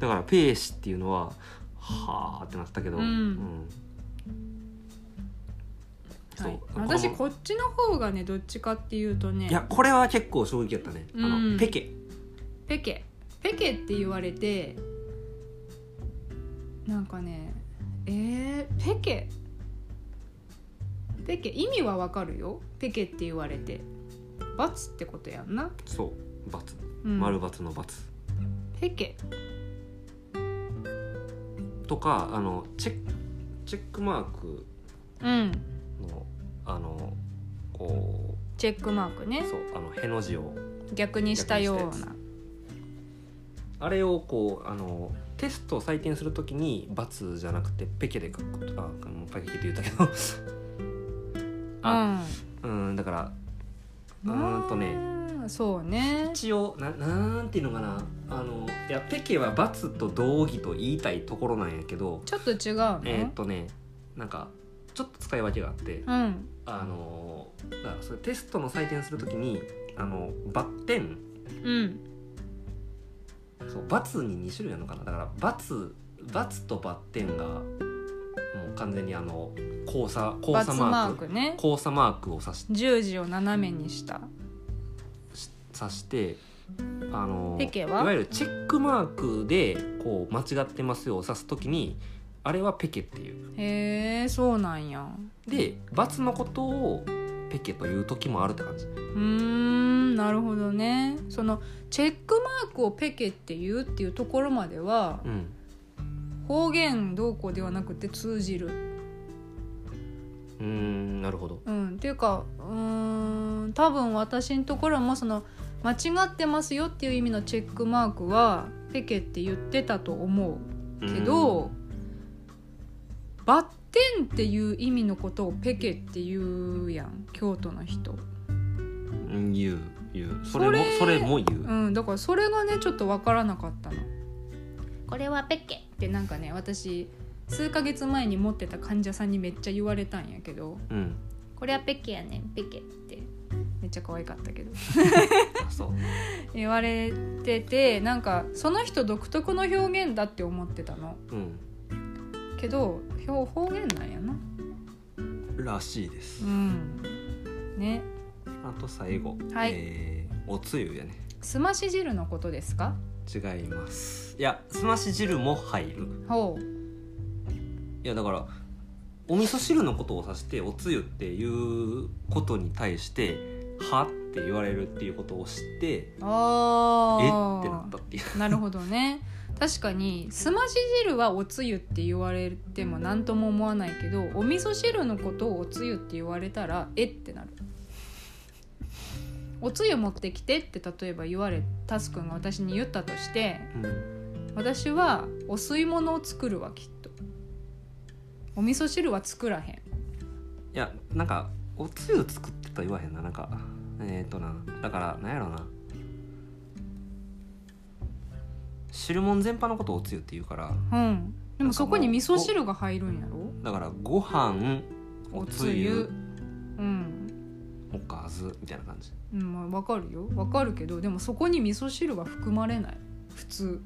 Speaker 1: だからペーシっていうのははあってなったけど、
Speaker 2: うん
Speaker 1: そう
Speaker 2: はい、
Speaker 1: この
Speaker 2: 私こっちの方がねどっちかっていうとね
Speaker 1: いやこれは結構衝撃やったね、あ
Speaker 2: うん
Speaker 1: のペケ
Speaker 2: ペケペケって言われてなんかねえー、ペケペケ意味はわかるよペケって言われて罰ってことやんな、
Speaker 1: そう罰
Speaker 2: うん、
Speaker 1: 丸罰の罰、
Speaker 2: ペケ
Speaker 1: とかあのチェックチェックマーク
Speaker 2: うん
Speaker 1: のあのこ
Speaker 2: チェックマークね
Speaker 1: うそうあのへの字を
Speaker 2: 逆にしたよう
Speaker 1: 逆にした
Speaker 2: な
Speaker 1: あれをこうあのテストを採点するときに罰じゃなくてペケで書くとあもうペケって言ったけどあうんだからう
Speaker 2: うん
Speaker 1: ーんとね
Speaker 2: ねそうね
Speaker 1: 一応ななんていうのかなあのいやペケは罰と同義と言いたいところなんやけど、
Speaker 2: ちょっと違うの、
Speaker 1: えーっとねなんかちょっと使い分けがあって、
Speaker 2: うん
Speaker 1: あのだからそれテストの採点するときにあのバッテン
Speaker 2: うん
Speaker 1: そう罰に2種類あるのかなだから罰罰とバッテンが完全にあの交差交
Speaker 2: バ
Speaker 1: 差
Speaker 2: ツ
Speaker 1: マ
Speaker 2: マ
Speaker 1: ー
Speaker 2: ー
Speaker 1: ク
Speaker 2: クね
Speaker 1: 交差マークを指し
Speaker 2: 十字を斜めにした
Speaker 1: し指してあの
Speaker 2: ペケはい
Speaker 1: わゆるチェックマークでこう間違ってますよを指すときにあれはペケっていう
Speaker 2: へえそうなんや
Speaker 1: で×のことをペケという時もあるって感じ
Speaker 2: うーんなるほどねそのチェックマークをペケって言うっていうところまでは
Speaker 1: うん
Speaker 2: 方言どうこうではなくて通じる、
Speaker 1: うーんなるほど
Speaker 2: うん、っていうかうーん多分私のところもその間違ってますよっていう意味のチェックマークはペケって言ってたと思うけどバッテンっていう意味のことをペケって言うやん京都の人。
Speaker 1: うん言う言うそれもそ
Speaker 2: そ
Speaker 1: れ
Speaker 2: れ
Speaker 1: も言う、
Speaker 2: うん、だからそれがねちょっと分からなかったのこれはペケってなんかね私数ヶ月前に持ってた患者さんにめっちゃ言われたんやけど
Speaker 1: うん
Speaker 2: これはペケやねんペケってめっちゃ可愛かったけど [LAUGHS]
Speaker 1: あそう
Speaker 2: 言われててなんかその人独特の表現だって思ってたの
Speaker 1: うん
Speaker 2: けどひょ方言なんやな
Speaker 1: らしいです、
Speaker 2: うんね
Speaker 1: あと最後、
Speaker 2: はい
Speaker 1: えーおつゆやね
Speaker 2: すまし汁のことですか
Speaker 1: 違いますいやすまし汁も入る
Speaker 2: ほう
Speaker 1: いやだからお味噌汁のことを指しておつゆっていうことに対して「は?」って言われるっていうことを知って「
Speaker 2: あ
Speaker 1: えっ?」
Speaker 2: ー
Speaker 1: てなったっていう
Speaker 2: なるほどね確かにすまし汁はおつゆって言われても何とも思わないけどお味噌汁のことをおつゆって言われたらえってなるおつゆ持ってきてって例えば言われタスくんが私に言ったとして
Speaker 1: うん
Speaker 2: 私はお吸い物を作るわきっとお味噌汁は作らへん
Speaker 1: いやなんかおつゆ作ってとは言わへんななんかえっ、ー、となだからなんやろな汁物全般のことをおつゆって言うから
Speaker 2: うんでもそこに味噌汁が入るんやろ
Speaker 1: だからご飯おつゆ
Speaker 2: うん
Speaker 1: おかずみたいな感じ
Speaker 2: うん、まあ、わかるよわかるけどでもそこに味噌汁は含まれない普通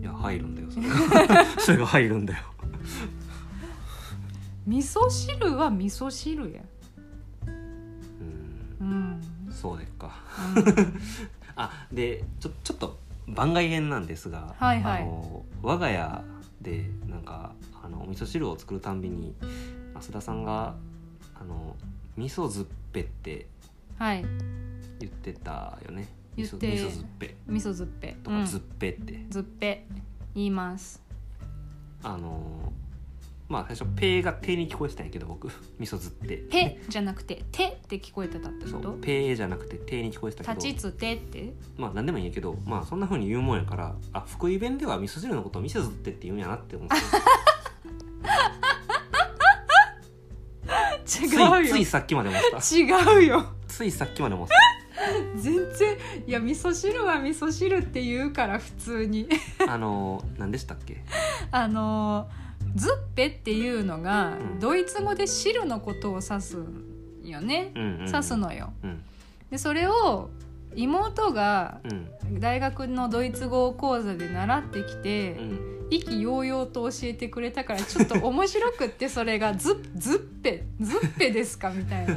Speaker 1: いや入るんだよそれ [LAUGHS] がそれが入るんだよ
Speaker 2: 味噌汁は味噌汁や
Speaker 1: うん
Speaker 2: うん、
Speaker 1: [LAUGHS] そうでっか
Speaker 2: うん
Speaker 1: あでちょちょっと番外編なんですが、
Speaker 2: はいはい
Speaker 1: あの我が家でなんかあのお味噌汁を作るたんびに増田さんがあの味噌ずっぺって
Speaker 2: はい
Speaker 1: 言ってたよね味
Speaker 2: 言っ
Speaker 1: 噌
Speaker 2: て
Speaker 1: 味噌ずっぺ
Speaker 2: 味噌ずっぺ
Speaker 1: とか
Speaker 2: うん
Speaker 1: ずっぺって、
Speaker 2: ずっぺ言います
Speaker 1: あのまあ最初「ペ」が「手に聞こえてたんやけど僕味噌ずって
Speaker 2: 「て」じゃなくて「て」って聞こえてたって
Speaker 1: そ
Speaker 2: こ
Speaker 1: う
Speaker 2: と
Speaker 1: 「ペ」じゃなくて「手」に聞こえてた
Speaker 2: 立
Speaker 1: け
Speaker 2: ち
Speaker 1: ど
Speaker 2: つてって
Speaker 1: まあ何でもいいんやけどまあそんなふうに言うもんやからあ福井弁では味噌汁のことを「味噌ずって」って言うんやなって思ってついつ
Speaker 2: 違
Speaker 1: いさっきまで思って
Speaker 2: [LAUGHS]
Speaker 1: た
Speaker 2: うよ違うよ
Speaker 1: ついさっきまで思ってた
Speaker 2: 全然いや味噌汁は味噌汁って言うから普通に [LAUGHS]
Speaker 1: あのー何でしたっけ
Speaker 2: あのーずっぺっていうのが、
Speaker 1: うん
Speaker 2: ドイツ語で汁のことを指すんよね
Speaker 1: うんうんうん
Speaker 2: 指すのよ
Speaker 1: うん
Speaker 2: でそれを妹が
Speaker 1: うん
Speaker 2: 大学のドイツ語講座で習ってきて、
Speaker 1: [LAUGHS] うん
Speaker 2: 意気揚々と教えてくれたからちょっと面白く
Speaker 1: [LAUGHS]
Speaker 2: ってそれがず「ずっぺずっぺですか」みたいな。っ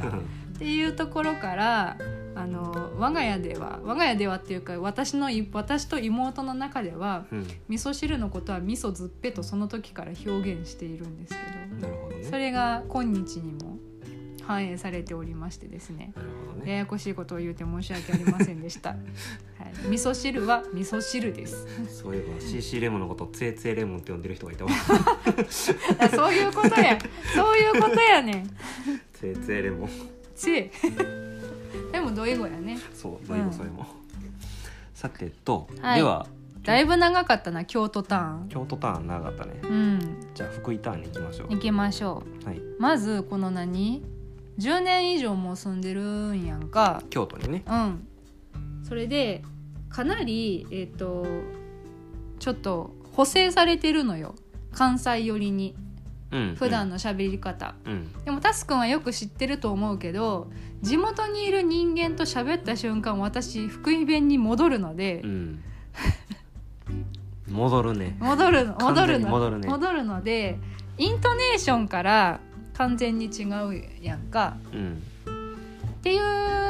Speaker 2: ていうところからあの我が家では我が家ではっていうか私のい私と妹の中では
Speaker 1: うん
Speaker 2: 味噌汁のことは味噌ずっぺとその時から表現しているんです
Speaker 1: な
Speaker 2: け
Speaker 1: るほど
Speaker 2: ど
Speaker 1: ね
Speaker 2: それが今日にも反映されておりましてですね
Speaker 1: なるほど
Speaker 2: [LAUGHS] や
Speaker 1: ね
Speaker 2: やこしいことを言うて申し訳ありませんでした。はい、味噌汁は味噌汁です。 [LAUGHS]
Speaker 1: そういえば CC レモンのことをツエツエレモンって呼んでる人がい
Speaker 2: [LAUGHS]
Speaker 1: たわ
Speaker 2: あそういうことや。そういうことやねん。
Speaker 1: ツエツエレモン
Speaker 2: つい。 [LAUGHS] でもどい語やね。
Speaker 1: そうどういう
Speaker 2: うん
Speaker 1: それも、さてと、
Speaker 2: はい
Speaker 1: では
Speaker 2: だいぶ長かったな京都ターン。
Speaker 1: 京都ターン長かったね
Speaker 2: うん。
Speaker 1: じゃあ福井ターンに行きましょ
Speaker 2: 行きましょ。
Speaker 1: うはいう
Speaker 2: まずこの何？10年以上もう住んでるんやんか。
Speaker 1: 京都にね
Speaker 2: うん。それでかなりえっ、とちょっと補正されてるのよ。関西寄りに
Speaker 1: うん
Speaker 2: 普段の喋り方。
Speaker 1: うん
Speaker 2: でもタスくんはよく知ってると思うけど地元にいる人間と喋った瞬間私福井弁に戻るので
Speaker 1: う、ん、戻るね
Speaker 2: 戻るの戻
Speaker 1: 完全
Speaker 2: る
Speaker 1: に
Speaker 2: の
Speaker 1: 戻るね
Speaker 2: のでイントネーションから完全に違うやんか
Speaker 1: うん
Speaker 2: ってい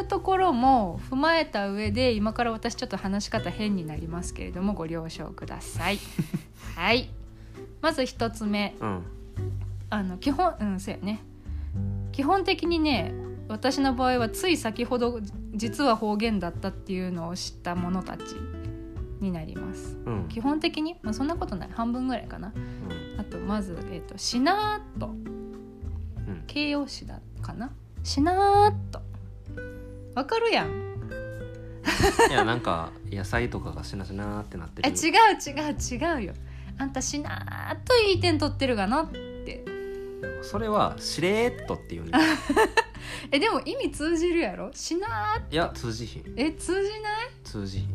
Speaker 2: うところも踏まえた上で今から私ちょっと話し方変になりますけれどもご了承ください。
Speaker 1: [LAUGHS]
Speaker 2: はいまず一つ目
Speaker 1: うん
Speaker 2: あの基本うんそうやね基本的にね私の場合はつい先ほど実は方言だったっていうのを知った者たちになります
Speaker 1: うん
Speaker 2: 基本的に、まあ、そんなことない半分ぐらいかなあとまず、えー、としなーっと
Speaker 1: うん
Speaker 2: 形容詞だかなしなーっとわかるやん
Speaker 1: いやなんか野菜とかがしなしなーってなって
Speaker 2: え
Speaker 1: る
Speaker 2: 違う違う違うよあんたしなーっといい点取ってるがなって
Speaker 1: それはしれーっとっていうんだ
Speaker 2: えでも意味通じるやろしなーっ
Speaker 1: いや通じひん
Speaker 2: え通じない
Speaker 1: 通じひんい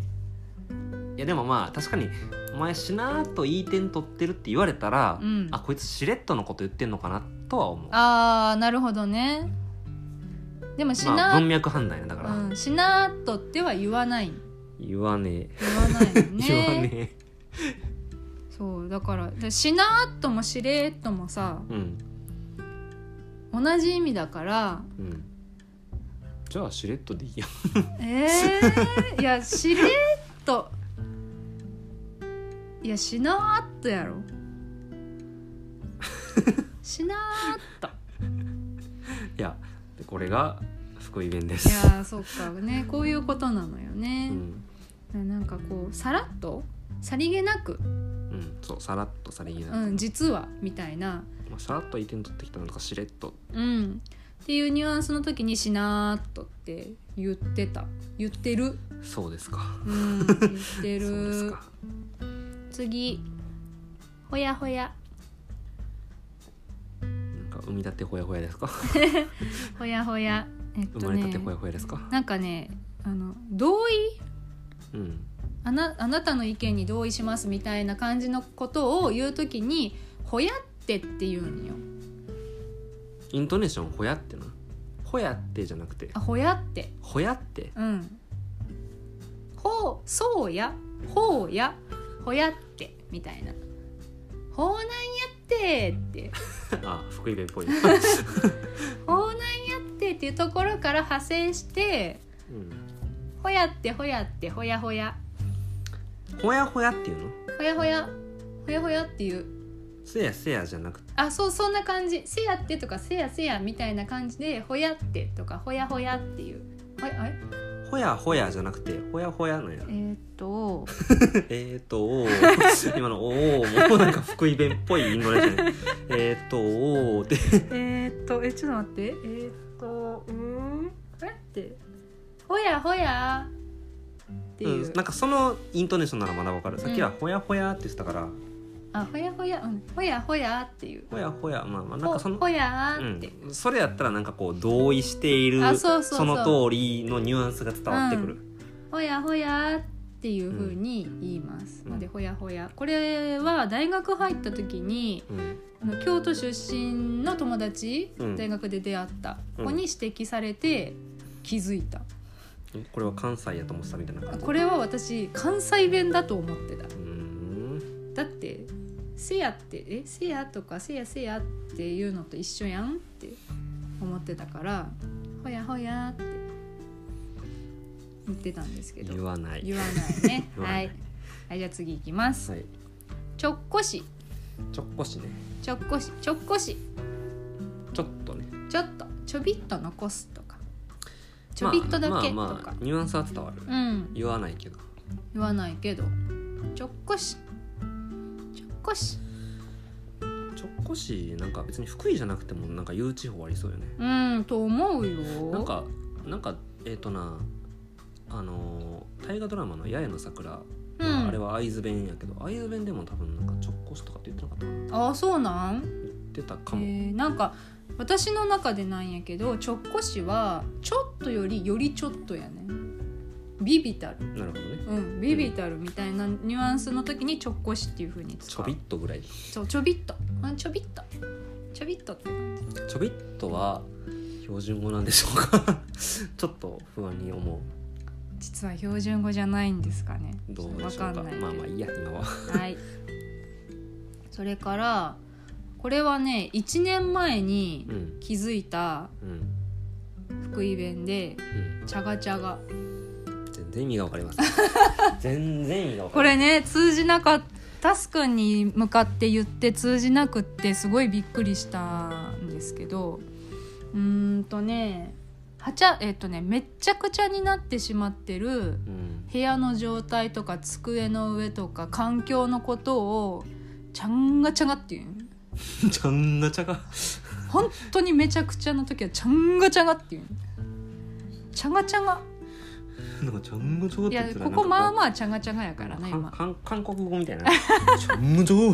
Speaker 1: やでもまあ確かに「お前しなーっといい点取ってる」って言われたら、
Speaker 2: うん
Speaker 1: あこいつしれっとのこと言ってんのかなとは思う
Speaker 2: あーなるほどねでもし
Speaker 1: まあ
Speaker 2: な、
Speaker 1: 文脈判断やだから、
Speaker 2: うん、しなーっとっては言
Speaker 1: [LAUGHS]
Speaker 2: わない
Speaker 1: 言わね
Speaker 2: 言わないよ
Speaker 1: え、
Speaker 2: ね
Speaker 1: 言わねえ
Speaker 2: そうだからでしなーっともしれーっともさ
Speaker 1: うん
Speaker 2: 同じ意味だから
Speaker 1: うんじゃあしれっとでいいやん
Speaker 2: え
Speaker 1: [LAUGHS]
Speaker 2: ー、いやしれーっといやしなーっとや
Speaker 1: [LAUGHS]
Speaker 2: ろしなーっ
Speaker 1: いやでこれが福井弁で
Speaker 2: とい
Speaker 1: す
Speaker 2: やーそっかねこういうことなのよね
Speaker 1: う、ん、
Speaker 2: なんかこうさらっとさりげなく
Speaker 1: うん、そうさらっとさりげなく、
Speaker 2: うん、実はみたいな、
Speaker 1: まあ、さらっといい点取ってきたのとかしれっと
Speaker 2: うん、っていうニュアンスの時に「しなーっと」って言ってた言ってる、
Speaker 1: そうですか
Speaker 2: うん、言って
Speaker 1: そうです
Speaker 2: る
Speaker 1: か
Speaker 2: 次「ほやほや
Speaker 1: なんか生み立てほやほやですか
Speaker 2: ほやほや」えっ
Speaker 1: 生
Speaker 2: と
Speaker 1: まれた
Speaker 2: ね
Speaker 1: てほやほやですか
Speaker 2: なんかねあの同意
Speaker 1: うん
Speaker 2: あなあなたの意見に同意しますみたいな感じのことを言う時に「ほやって」って言うんよ。
Speaker 1: イントネーションほやってなほやってじゃなくて
Speaker 2: あほやって
Speaker 1: ほやって
Speaker 2: うん。ほう、そうや、ほうや、ほやって、みたいな。ほうなんやってって、
Speaker 1: あ福井弁っ
Speaker 2: [LAUGHS]
Speaker 1: ぽい、
Speaker 2: ほうなんやってっていうところから派生して、
Speaker 1: うん、
Speaker 2: ほやって、ほやって、ほやほや、
Speaker 1: ほやほやっていうの
Speaker 2: ほやほや、ほやほやっていう。
Speaker 1: せやせやじゃなくて
Speaker 2: あ、そう、そんな感じ。せやってとか、せやせやみたいな感じで、ほやってとか、ほやほやっていう。はい、あれ
Speaker 1: ほやほやじゃなくてほやほやなんや
Speaker 2: えーっと、
Speaker 1: えーっとおー今のおーもうなんか福井弁っぽいインドネシアねえーっとおーって
Speaker 2: えーっとえちょっと待ってえーっとうーんあれってほやほやっていう、
Speaker 1: うん、なんかそのイントネーションならまだわかるさっきは
Speaker 2: うん
Speaker 1: ほやほやって言ってたから
Speaker 2: あほやほや、うん、ほやほやっていう
Speaker 1: ほやほやまあまあなんかその
Speaker 2: ほほやーって、
Speaker 1: うん、それやったらなんかこう同意している
Speaker 2: あそうそうそう
Speaker 1: の通りのニュアンスが伝わってくる、
Speaker 2: ほやほやーっていう風に言います、
Speaker 1: うん
Speaker 2: のでほやほやこれは大学入った時に
Speaker 1: うん
Speaker 2: あの京都出身の友達、
Speaker 1: うん
Speaker 2: 大学で出会った子に指摘されて気づいた、
Speaker 1: これは関西やと思ってたみたいな感じ
Speaker 2: これは私関西弁だと思ってた
Speaker 1: うーん
Speaker 2: だって「せや」って「えせや」とか「せやせや」っていうのと一緒やんって思ってたから「ほやほや」って言ってたんですけ
Speaker 1: 言
Speaker 2: ど
Speaker 1: わない
Speaker 2: 言わないね
Speaker 1: [LAUGHS] 言わな
Speaker 2: はいい、はい、じゃあ次いきます
Speaker 1: はい
Speaker 2: 「ちょっこし」
Speaker 1: ちょっこしね
Speaker 2: 「ちょっこし」「ちょっこし」
Speaker 1: ちょっとね
Speaker 2: 「ちょっと」「ちょびっと残す」とか「ちょびっとだけ」とか、
Speaker 1: まあまあまあニュアンスは伝わる
Speaker 2: うん
Speaker 1: 言わないけど
Speaker 2: 言わないけど「ちょっこし」「ちょっこし」
Speaker 1: ちょっこしなんか別に福井じゃなくてもなんか言う地方ありそうよね
Speaker 2: うんと思うよ
Speaker 1: なんかなんかえっ、となあのー大河ドラマの「八重の桜」
Speaker 2: うん、
Speaker 1: あれは会津弁やけど会津弁でも多分なんかちょっこしとかって言ってなかったかな
Speaker 2: あそうなん
Speaker 1: 言ってたか
Speaker 2: え
Speaker 1: も、
Speaker 2: ーなんか私の中でなんやけどちょっこしはちょっとよりよりちょっとやねビビたる
Speaker 1: なるほどね
Speaker 2: うんビビたるみたいなニュアンスの時にちょっこしっていう風に
Speaker 1: ち
Speaker 2: 使
Speaker 1: ょ
Speaker 2: う
Speaker 1: びっとぐらい
Speaker 2: そうちょびっとうんちょびっとちょびっとって感じ
Speaker 1: ちょびっとは標準語なんでしょうか [LAUGHS] ちょっと不安に思う
Speaker 2: 実は標準語じゃないんですかね
Speaker 1: どうで
Speaker 2: わ
Speaker 1: しょうか
Speaker 2: かんないけど
Speaker 1: まあまあいいや今は
Speaker 2: はいそれからここれはね1年前に
Speaker 1: うん
Speaker 2: 気づいた
Speaker 1: うん
Speaker 2: 福井弁で
Speaker 1: うん
Speaker 2: 「チャガチャガ
Speaker 1: 全然意味がわかります
Speaker 2: [LAUGHS]
Speaker 1: 全然意味がわ」か
Speaker 2: こ
Speaker 1: りま
Speaker 2: れね通じなかったタスくんに向かって言って通じなくってすごいびっくりしたんですけどうーんとねはちゃえっとねめっちゃくちゃになってしまってる
Speaker 1: すうん
Speaker 2: 部屋の状態とか机の上とか環境のことをちゃんがちゃがっていう
Speaker 1: ちゃんがちゃが
Speaker 2: 本当にめちゃくちゃの時はちゃんがちゃがっていうちゃがちゃが
Speaker 1: なんかちゃんがちゃがっ
Speaker 2: い
Speaker 1: て言っ
Speaker 2: や
Speaker 1: たら
Speaker 2: ここまあ
Speaker 1: あ
Speaker 2: まあちゃがちゃがやからな今
Speaker 1: 韓韓国語みた
Speaker 2: [LAUGHS]
Speaker 1: いなちゃんがちゃが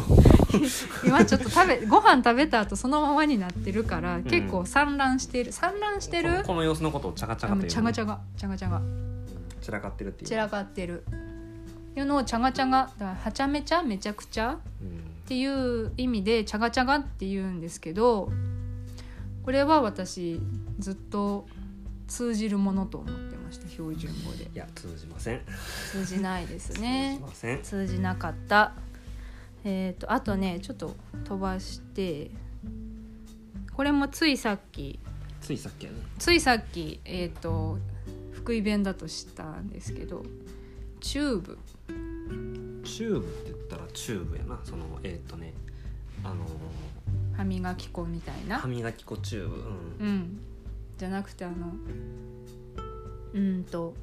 Speaker 2: 今ちょっと
Speaker 1: [LAUGHS]
Speaker 2: 食べご飯食べた後そのままになってるから
Speaker 1: ん
Speaker 2: 結構散乱してる散乱して
Speaker 1: こ
Speaker 2: る
Speaker 1: のこの様子のことをちゃがちゃ
Speaker 2: あ
Speaker 1: がとい
Speaker 2: の
Speaker 1: う
Speaker 2: ちゃがちゃがちゃがちゃが
Speaker 1: 散らかってるっていう
Speaker 2: 散らかってるいうのをちゃがちゃがだからはちゃめちゃめちゃくちゃ
Speaker 1: うん
Speaker 2: っていう意味で「ちゃがちゃが」って言うんですけどこれは私ずっと通じるものと思ってました標準語で
Speaker 1: いや通じません
Speaker 2: 通じないです
Speaker 1: 通
Speaker 2: ね
Speaker 1: じません
Speaker 2: 通じなかったえっ、とあとねちょっと飛ばしてこれもついさっき
Speaker 1: ついさっきやね
Speaker 2: ついさっきえっ、と福井弁だとしたんですけどチューブ
Speaker 1: チューブって言ったらチューブやなそのえーっ、とねあのー
Speaker 2: 歯磨き粉みたいな
Speaker 1: 歯磨き粉チューブ、うん
Speaker 2: うん、じゃなくてあのうんと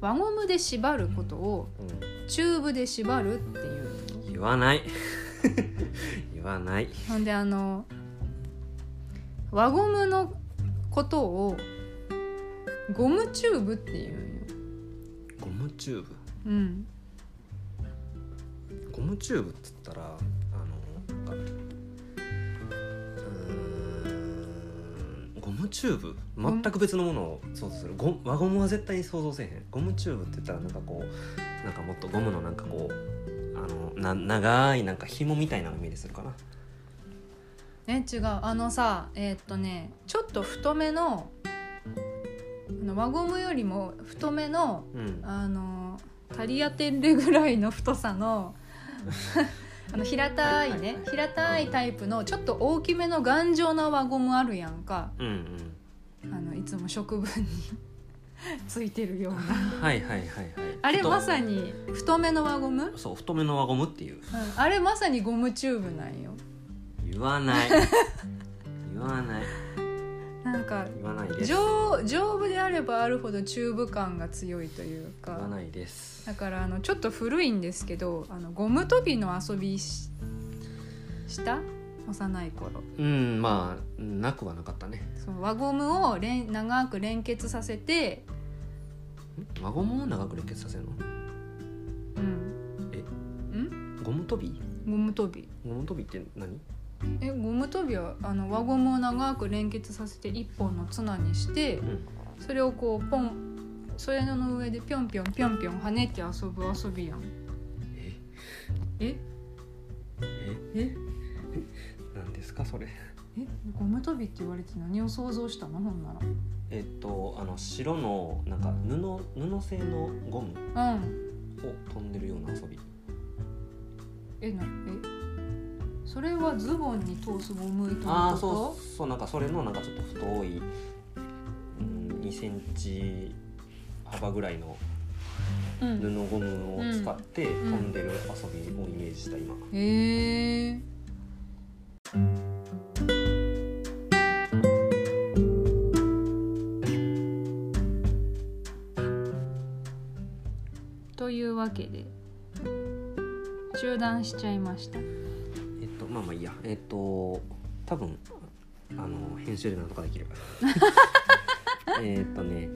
Speaker 2: 輪ゴムで縛ることをチューブで縛るっていう
Speaker 1: うん言わない [LAUGHS] 言わない
Speaker 2: ほんであの輪ゴムのことをゴムチューブっていうんよ、
Speaker 1: ゴムチューブ
Speaker 2: うん、
Speaker 1: ゴムチューブって言ったらあのなんかうーんゴムチューブ全く別のものを想像するゴ輪ゴムは絶対に想像せえへんゴムチューブって言ったらなんかこうなんかもっとゴムのなんかこうあのな長いなんか紐みたいなのをイメージするかな
Speaker 2: ね違うあのさえーっとねちょっと太めのあの輪ゴムよりも太めの
Speaker 1: うん
Speaker 2: あのタリアテッレぐらいの太さの [LAUGHS] あの平たい
Speaker 1: はいはい
Speaker 2: ね
Speaker 1: はい
Speaker 2: 平たいタイプのちょっと大きめの頑丈な輪ゴムあるやんか
Speaker 1: うんうん
Speaker 2: あのいつも食文に [LAUGHS] ついてるような
Speaker 1: はいはいはいはい
Speaker 2: あれ
Speaker 1: 太
Speaker 2: まさに太めの輪ゴム、うん、
Speaker 1: そう太めの輪ゴムっていう
Speaker 2: あれまさにゴムチューブなんよ
Speaker 1: 言わ [LAUGHS] ない言わない
Speaker 2: なんか
Speaker 1: 言わないです言
Speaker 2: 丈丈夫であればあるほどチューブ感が強いという
Speaker 1: わ
Speaker 2: か
Speaker 1: ないです
Speaker 2: だからあのちょっと古いんですけどあのゴム跳びの遊びしした幼い頃
Speaker 1: うんまあなくはなかったね
Speaker 2: その輪ゴムを連長く連結させて、
Speaker 1: ん輪ゴムを長く連結させるの
Speaker 2: うん、
Speaker 1: え
Speaker 2: ん
Speaker 1: ゴム跳び
Speaker 2: ゴム跳び
Speaker 1: ゴム跳びって何
Speaker 2: えゴム跳びはあの輪ゴムを長く連結させて一本の綱にして
Speaker 1: ん
Speaker 2: それをこうポンそれの上でぴょんぴょんぴょんぴょん跳ねて遊ぶ遊びやん
Speaker 1: え
Speaker 2: え
Speaker 1: え
Speaker 2: え
Speaker 1: 何ですかそれ
Speaker 2: えゴム跳びって言われて何を想像したのほんな
Speaker 1: えっとあの白のなんか布布製のゴム
Speaker 2: らうん
Speaker 1: を飛んでるような遊び
Speaker 2: えなえそれはズボンに通すゴム糸のこと
Speaker 1: ああそうそうなんかそれのなんかちょっと太い、うん、2センチ幅ぐらいの
Speaker 2: う、
Speaker 1: 布
Speaker 2: ん、
Speaker 1: ゴムを使って飛
Speaker 2: ん
Speaker 1: んでる遊びをイメージした今、
Speaker 2: へえというわけで中断しちゃいました
Speaker 1: えっとまあまあいいやえっと多分あの編集でなんとかできる
Speaker 2: [LAUGHS]
Speaker 1: えっとね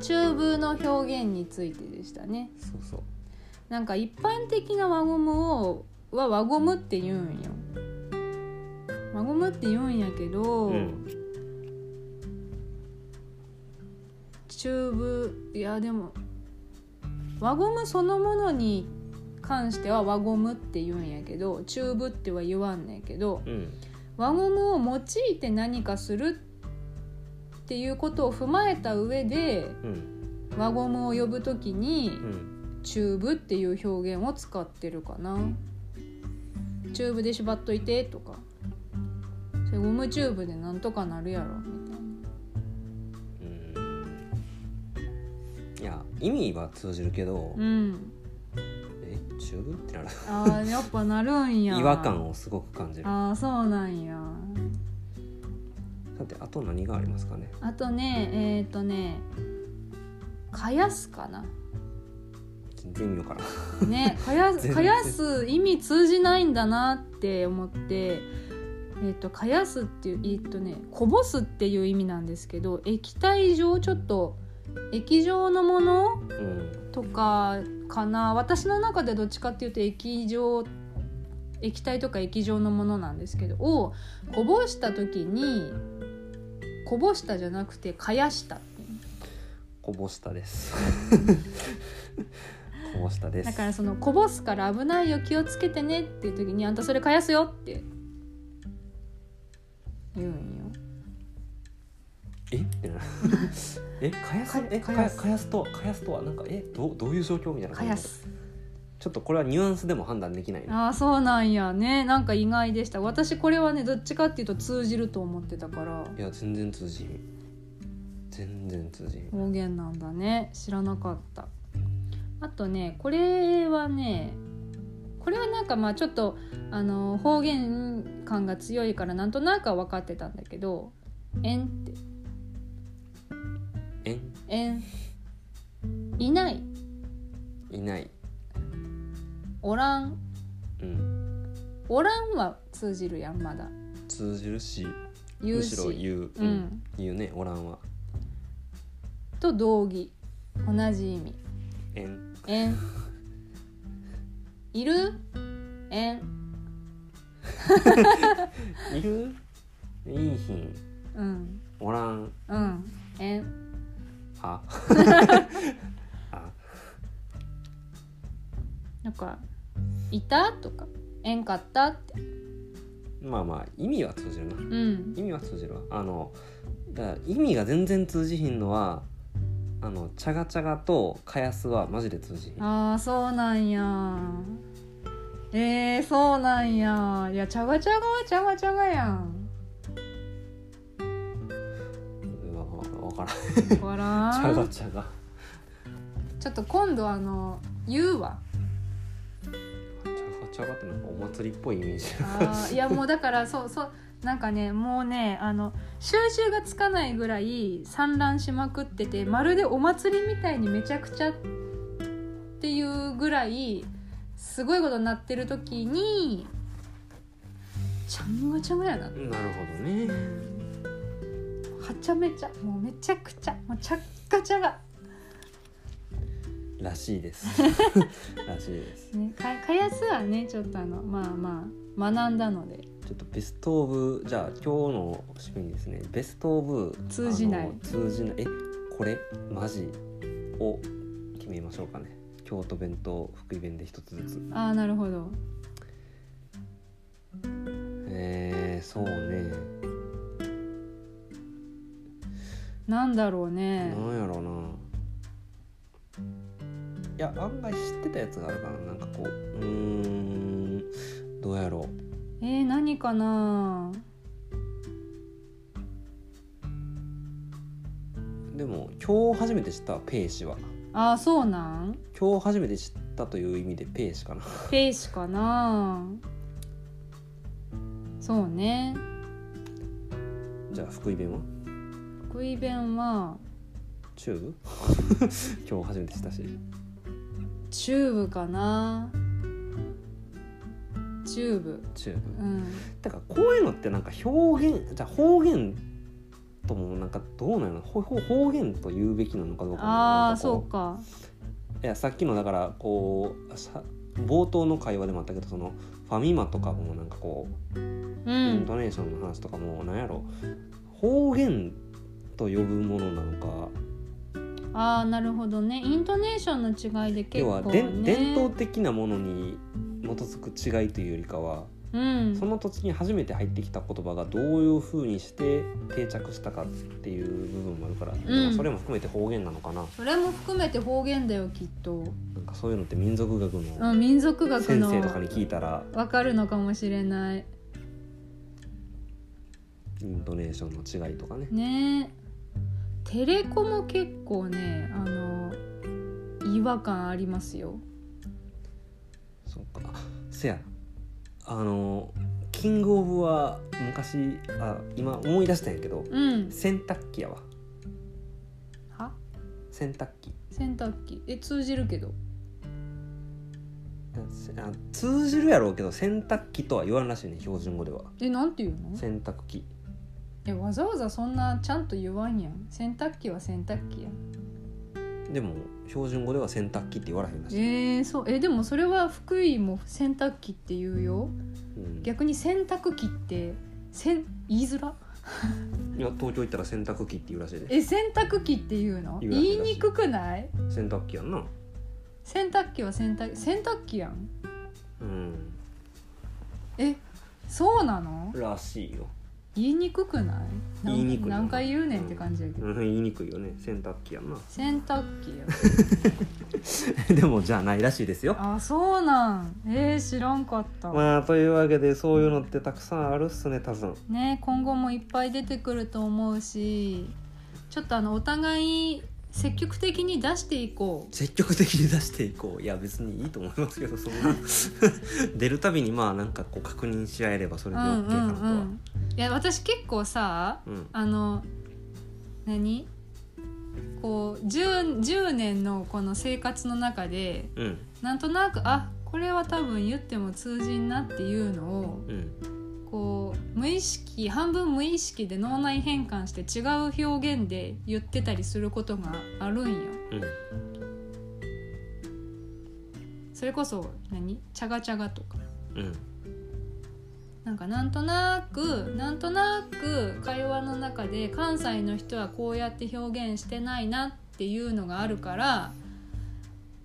Speaker 2: チューブの表現についてでしたね
Speaker 1: そうそう
Speaker 2: なんか一般的な輪ゴムをは輪ゴムって言うんよ輪ゴムって言うんやけど、
Speaker 1: うん、
Speaker 2: チューブいやでも輪ゴムそのものに関しては輪ゴムって言うんやけどチューブっては言わんねんけど
Speaker 1: うん、
Speaker 2: 輪ゴムを用いて何かするっていうことを踏まえた上で
Speaker 1: うん、
Speaker 2: 輪ゴムを呼ぶときに
Speaker 1: うん、
Speaker 2: チューブっていう表現を使ってるかな。
Speaker 1: う
Speaker 2: チューブで縛っといてとかそれゴムチューブでなんとかなるやろみたいな
Speaker 1: うんいや意味は通じるけど、
Speaker 2: うん
Speaker 1: えチューブってなる
Speaker 2: ああやっぱなるんや
Speaker 1: [LAUGHS] 違和感をすごく感じる
Speaker 2: ああそうなんや
Speaker 1: さてあと何がありますかね
Speaker 2: あとねえっ、ー、とねかやすかな
Speaker 1: 全然見ようかな [LAUGHS]
Speaker 2: ねかや
Speaker 1: 全然
Speaker 2: かやす意味通じないんだなって思って。えっと、かやすっていう、えっとね、こぼすっていう意味なんですけど液体状ちょっと液状のもの
Speaker 1: うん
Speaker 2: とかかな私の中でどっちかっていうと液状液体とか液状のものなんですけどをこぼした時にこぼしたじゃなくてかやしたっていう
Speaker 1: こぼしたです
Speaker 2: [LAUGHS]
Speaker 1: こぼしたです
Speaker 2: だからそのこぼすから危ないよ気をつけてねっていう時に「あんたそれかやすよ」って言うんよ
Speaker 1: え [LAUGHS] ってなるえかやす
Speaker 2: か
Speaker 1: えか
Speaker 2: かや
Speaker 1: や
Speaker 2: す
Speaker 1: かやすとはかやすとはなんかえどうどういう状況みたいな
Speaker 2: か
Speaker 1: 感じ
Speaker 2: やす
Speaker 1: ちょっとこれはニュアンスでも判断できないね
Speaker 2: ああそうなんやねなんか意外でした私これはねどっちかっていうと通じると思ってたから
Speaker 1: いや全然通じひん全然通じひん
Speaker 2: 方言なんだね知らなかったあとねこれはねこれはなんかまあちょっとあの方言感が強いからなんとなくは分かってたんだけど「えん」って
Speaker 1: え
Speaker 2: 「えん」「いない」
Speaker 1: いない
Speaker 2: おらん
Speaker 1: うん
Speaker 2: おらんは通じるやんまだ
Speaker 1: 通じるし
Speaker 2: 言
Speaker 1: む
Speaker 2: う
Speaker 1: し
Speaker 2: し
Speaker 1: ろ言う、
Speaker 2: うん
Speaker 1: 言うねおらんは
Speaker 2: と同義同じ意味
Speaker 1: えん
Speaker 2: えんいるえん
Speaker 1: いるいいひん
Speaker 2: うん
Speaker 1: おらん
Speaker 2: うんえん
Speaker 1: あ [LAUGHS] あ
Speaker 2: なんかいたとかえんかったって
Speaker 1: まあまあ意味は通じるな
Speaker 2: うん
Speaker 1: 意味は通じるわあのだから意味が全然通じひんのはあのチャガチャガとカヤスはマジで通じひん
Speaker 2: ああそうなんやえー、そうなんやいやちゃがちゃがはちゃがちゃがやん
Speaker 1: うわわわからん
Speaker 2: わら [LAUGHS]
Speaker 1: チャガ
Speaker 2: ん
Speaker 1: チャガ
Speaker 2: ちょっと今度あの言うわ
Speaker 1: チャガチャガってなんかお祭りっぽいイメージ
Speaker 2: あーいやもうだからそうそうなんかねもうねあの収集がつかないぐらい散乱しまくっててまるでお祭りみたいにめちゃくちゃっていうぐらいすごいことになってる時にちゃんがちゃがや
Speaker 1: な
Speaker 2: な
Speaker 1: るほどね
Speaker 2: はちゃめちゃもうめちゃくちゃもうちゃっかちゃが、
Speaker 1: らしいですらしいです
Speaker 2: ね、かかやすはねちょっとあのまあまあ学んだので
Speaker 1: ちょっとベストオブじゃあ今日の締めにですねベストオブ
Speaker 2: 通じない
Speaker 1: あの通じないえこれマジを決めましょうかね京都弁と福井弁で一つずつ
Speaker 2: ああなるほど
Speaker 1: えー、そうね
Speaker 2: なんだろうね
Speaker 1: なんやろうないや案外知ってたやつがあるからなんかこううーんどうやろ
Speaker 2: えー、何かな
Speaker 1: うでも今日初めて知ったペーシは
Speaker 2: あーそうなん
Speaker 1: 今日初めて知ったという意味でペーシかな [LAUGHS]
Speaker 2: ペーシかなそうね
Speaker 1: じゃあ福井弁は
Speaker 2: 福井弁は
Speaker 1: チューブ [LAUGHS] 今日初めて知ったし
Speaker 2: チューブかなチューブ
Speaker 1: チューブ
Speaker 2: うん
Speaker 1: だからこういうのってなんか表現じゃあ方言ともなんかどうなのほほ方言と言うべきなのかどうかなな
Speaker 2: ああ
Speaker 1: んかこ
Speaker 2: そうか
Speaker 1: いやさっきのだからこうさ冒頭の会話でもあったけどそのファミマとかもなんかこう、
Speaker 2: う
Speaker 1: イン
Speaker 2: ん
Speaker 1: トネーションの話とかもなんやろ方言と呼ぶものなのか
Speaker 2: ああなるほどねイントネーションの違いで結
Speaker 1: 要
Speaker 2: 構
Speaker 1: は
Speaker 2: ね
Speaker 1: 伝伝統的なものに基づく違いというよりかは
Speaker 2: うん
Speaker 1: その土地に初めて入ってきた言葉がどういうふうにして定着したかっていう部分もあるから、
Speaker 2: ん
Speaker 1: まあそれも含めて方言なのかな
Speaker 2: それも含めて方言だよきっと、
Speaker 1: なんかそういうのって民族学
Speaker 2: う
Speaker 1: の
Speaker 2: ん、民族学
Speaker 1: 先
Speaker 2: の
Speaker 1: 生とかに聞いたら
Speaker 2: わかるのかもしれない
Speaker 1: イントネーションの違いとかね
Speaker 2: ねえテレコも結構ねあの違和感ありますよ
Speaker 1: そっかあせやあのキングオブは昔あ今思い出したんやけど
Speaker 2: うん
Speaker 1: 洗濯機やわ
Speaker 2: は
Speaker 1: 洗濯機
Speaker 2: 洗濯機え通じるけど
Speaker 1: せあ通じるやろうけど洗濯機とは言わんらしいね標準語では
Speaker 2: えなんて言うの
Speaker 1: 洗濯機
Speaker 2: えわざわざそんなちゃんと言わんやん洗濯機は洗濯機やん
Speaker 1: でも標準語では洗濯機って言われへんらしい、
Speaker 2: えー、そうえでもそれは福井も洗濯機って言うよ
Speaker 1: うん
Speaker 2: 逆に洗濯機ってせん言いづら
Speaker 1: いや東京行ったら洗濯機って言うらしいで
Speaker 2: え洗濯機って言うの
Speaker 1: 言
Speaker 2: 言
Speaker 1: うらしい
Speaker 2: いにくくない
Speaker 1: 洗濯機やんな
Speaker 2: 洗濯機は洗濯洗濯機やん
Speaker 1: うん
Speaker 2: えそうなの
Speaker 1: らしいよ、
Speaker 2: 言いにくくないなん
Speaker 1: 言いにくいよ
Speaker 2: 何回言うねんって感じやけど、
Speaker 1: うん、言いにくいよね洗濯機や
Speaker 2: [LAUGHS]
Speaker 1: んな
Speaker 2: 洗濯機や
Speaker 1: でもじゃあないらしいですよ
Speaker 2: あそうなんえー、知らんかった、
Speaker 1: まあというわけでそういうのってたくさんあるっすね多分
Speaker 2: ね今後もいっぱい出てくると思うしちょっとあのお互い積極的に出していこう
Speaker 1: 積極的に出していこういや別にいいと思いますけどそ [LAUGHS] んな出るたびにまあなんかこう確認し合えればそれ
Speaker 2: う
Speaker 1: で
Speaker 2: ん
Speaker 1: OK
Speaker 2: う
Speaker 1: か
Speaker 2: ん
Speaker 1: なとは、う
Speaker 2: うんんいや私結構さあの何こう 10, 10年のこの生活の中で
Speaker 1: うん
Speaker 2: なんとなくあこれは多分言っても通じんなっていうのを
Speaker 1: うん
Speaker 2: こう無意識半分無意識で脳内変換して違う表現で言ってたりすることがあるんよ。
Speaker 1: うん
Speaker 2: それこそ何チャガチャガとか
Speaker 1: うん
Speaker 2: なんかなんとなくなんとなく会話の中で関西の人はこうやって表現してないなっていうのがあるから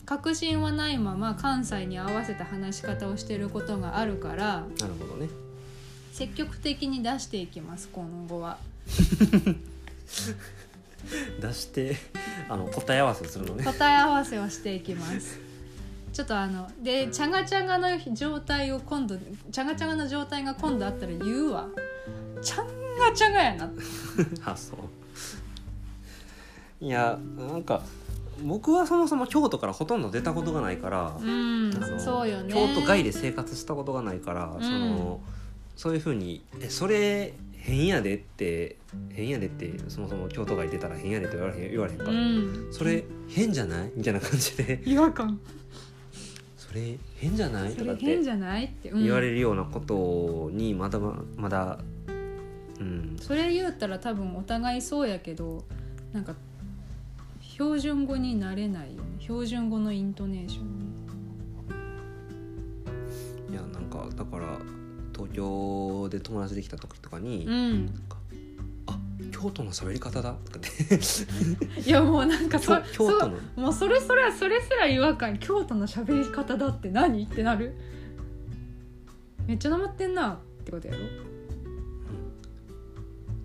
Speaker 2: 確信はないまま関西に合わせた話し方をしてることがあるから
Speaker 1: なるほどね
Speaker 2: 積極的に出していきます今後は。
Speaker 1: 出してあの答え合わせするの [LAUGHS] ね
Speaker 2: 答え合わせをしていきますちょっとあのでチャガチャガの状態を今度チャガチャガの状態が今度あったら言うわチャンガチャガやな
Speaker 1: あそういやなんか僕はそもそも京都からほとんど出たことがないから、
Speaker 2: うん
Speaker 1: あの
Speaker 2: そうよね
Speaker 1: 京都外で生活したことがないから、
Speaker 2: ん
Speaker 1: そのそういうふうに「えそれ変やで」って「変やで」ってそもそも京都外出たら変やでって言われへん言われへんから、
Speaker 2: うん
Speaker 1: それ変じゃないみたいな感じで [LAUGHS]
Speaker 2: 違和感
Speaker 1: 「それ変じゃない?」
Speaker 2: そ
Speaker 1: とか
Speaker 2: れ
Speaker 1: って
Speaker 2: 変じゃないって、うん
Speaker 1: 言われるようなことにまだままだうん
Speaker 2: それ言うたら多分お互いそうやけどなんか標準語になれないよね標準語のイントネーション
Speaker 1: い
Speaker 2: ね
Speaker 1: やなんかだから東京で友達できた時とかに「
Speaker 2: うん
Speaker 1: あ京都の喋り方だ」とかって
Speaker 2: いやもうなんかそ
Speaker 1: 京京都の
Speaker 2: そうもうそれそれはそれすら違和感京都の喋り方だって何ってなるめっちゃなまってんなってことやろ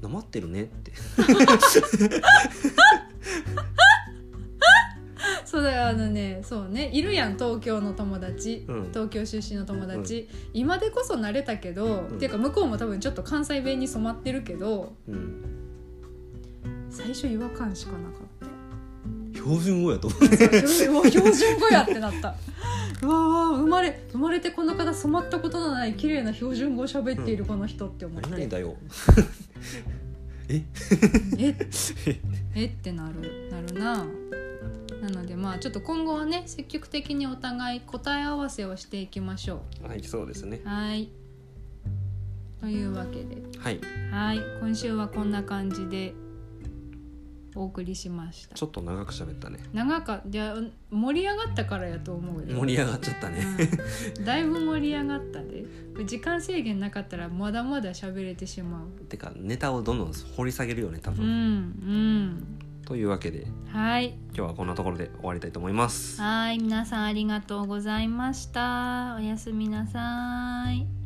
Speaker 1: なまってるねって
Speaker 2: そうだよあのねそうねいるやん東京の友達、
Speaker 1: うん
Speaker 2: 東京出身の友達、今でこそ慣れたけど、
Speaker 1: ん
Speaker 2: っていうか向こうも多分ちょっと関西弁に染まってるけど
Speaker 1: うん
Speaker 2: 最初違和感しかなか
Speaker 1: [LAUGHS]
Speaker 2: った
Speaker 1: 標準語やと思
Speaker 2: うわ標準語やってなったうわうわ生まれ生まれてこの方染まったことのない綺麗な標準語を喋っているこの人って思って、
Speaker 1: 何だよ [LAUGHS]
Speaker 2: ええってなるなるななのでまあちょっと今後はね積極的にお互い答え合わせをしていきましょ
Speaker 1: はいそうですね
Speaker 2: うはいというわけで
Speaker 1: はい
Speaker 2: はい今週はこんな感じでお送りしました
Speaker 1: ちょっと長く喋ったね
Speaker 2: 長かいや盛り上がったからやと思うよ
Speaker 1: 盛り上がっちゃったね [LAUGHS]
Speaker 2: うんだいぶ盛り上がったで時間制限なかったらまだまだ喋れてしまう
Speaker 1: てかネタをどんどん掘り下げるよね多
Speaker 2: う
Speaker 1: 分、
Speaker 2: ん
Speaker 1: というわけで
Speaker 2: うんはい
Speaker 1: 今日はこんなところで終わりたいと思います
Speaker 2: はい皆さんありがとうございましたおやすみなさい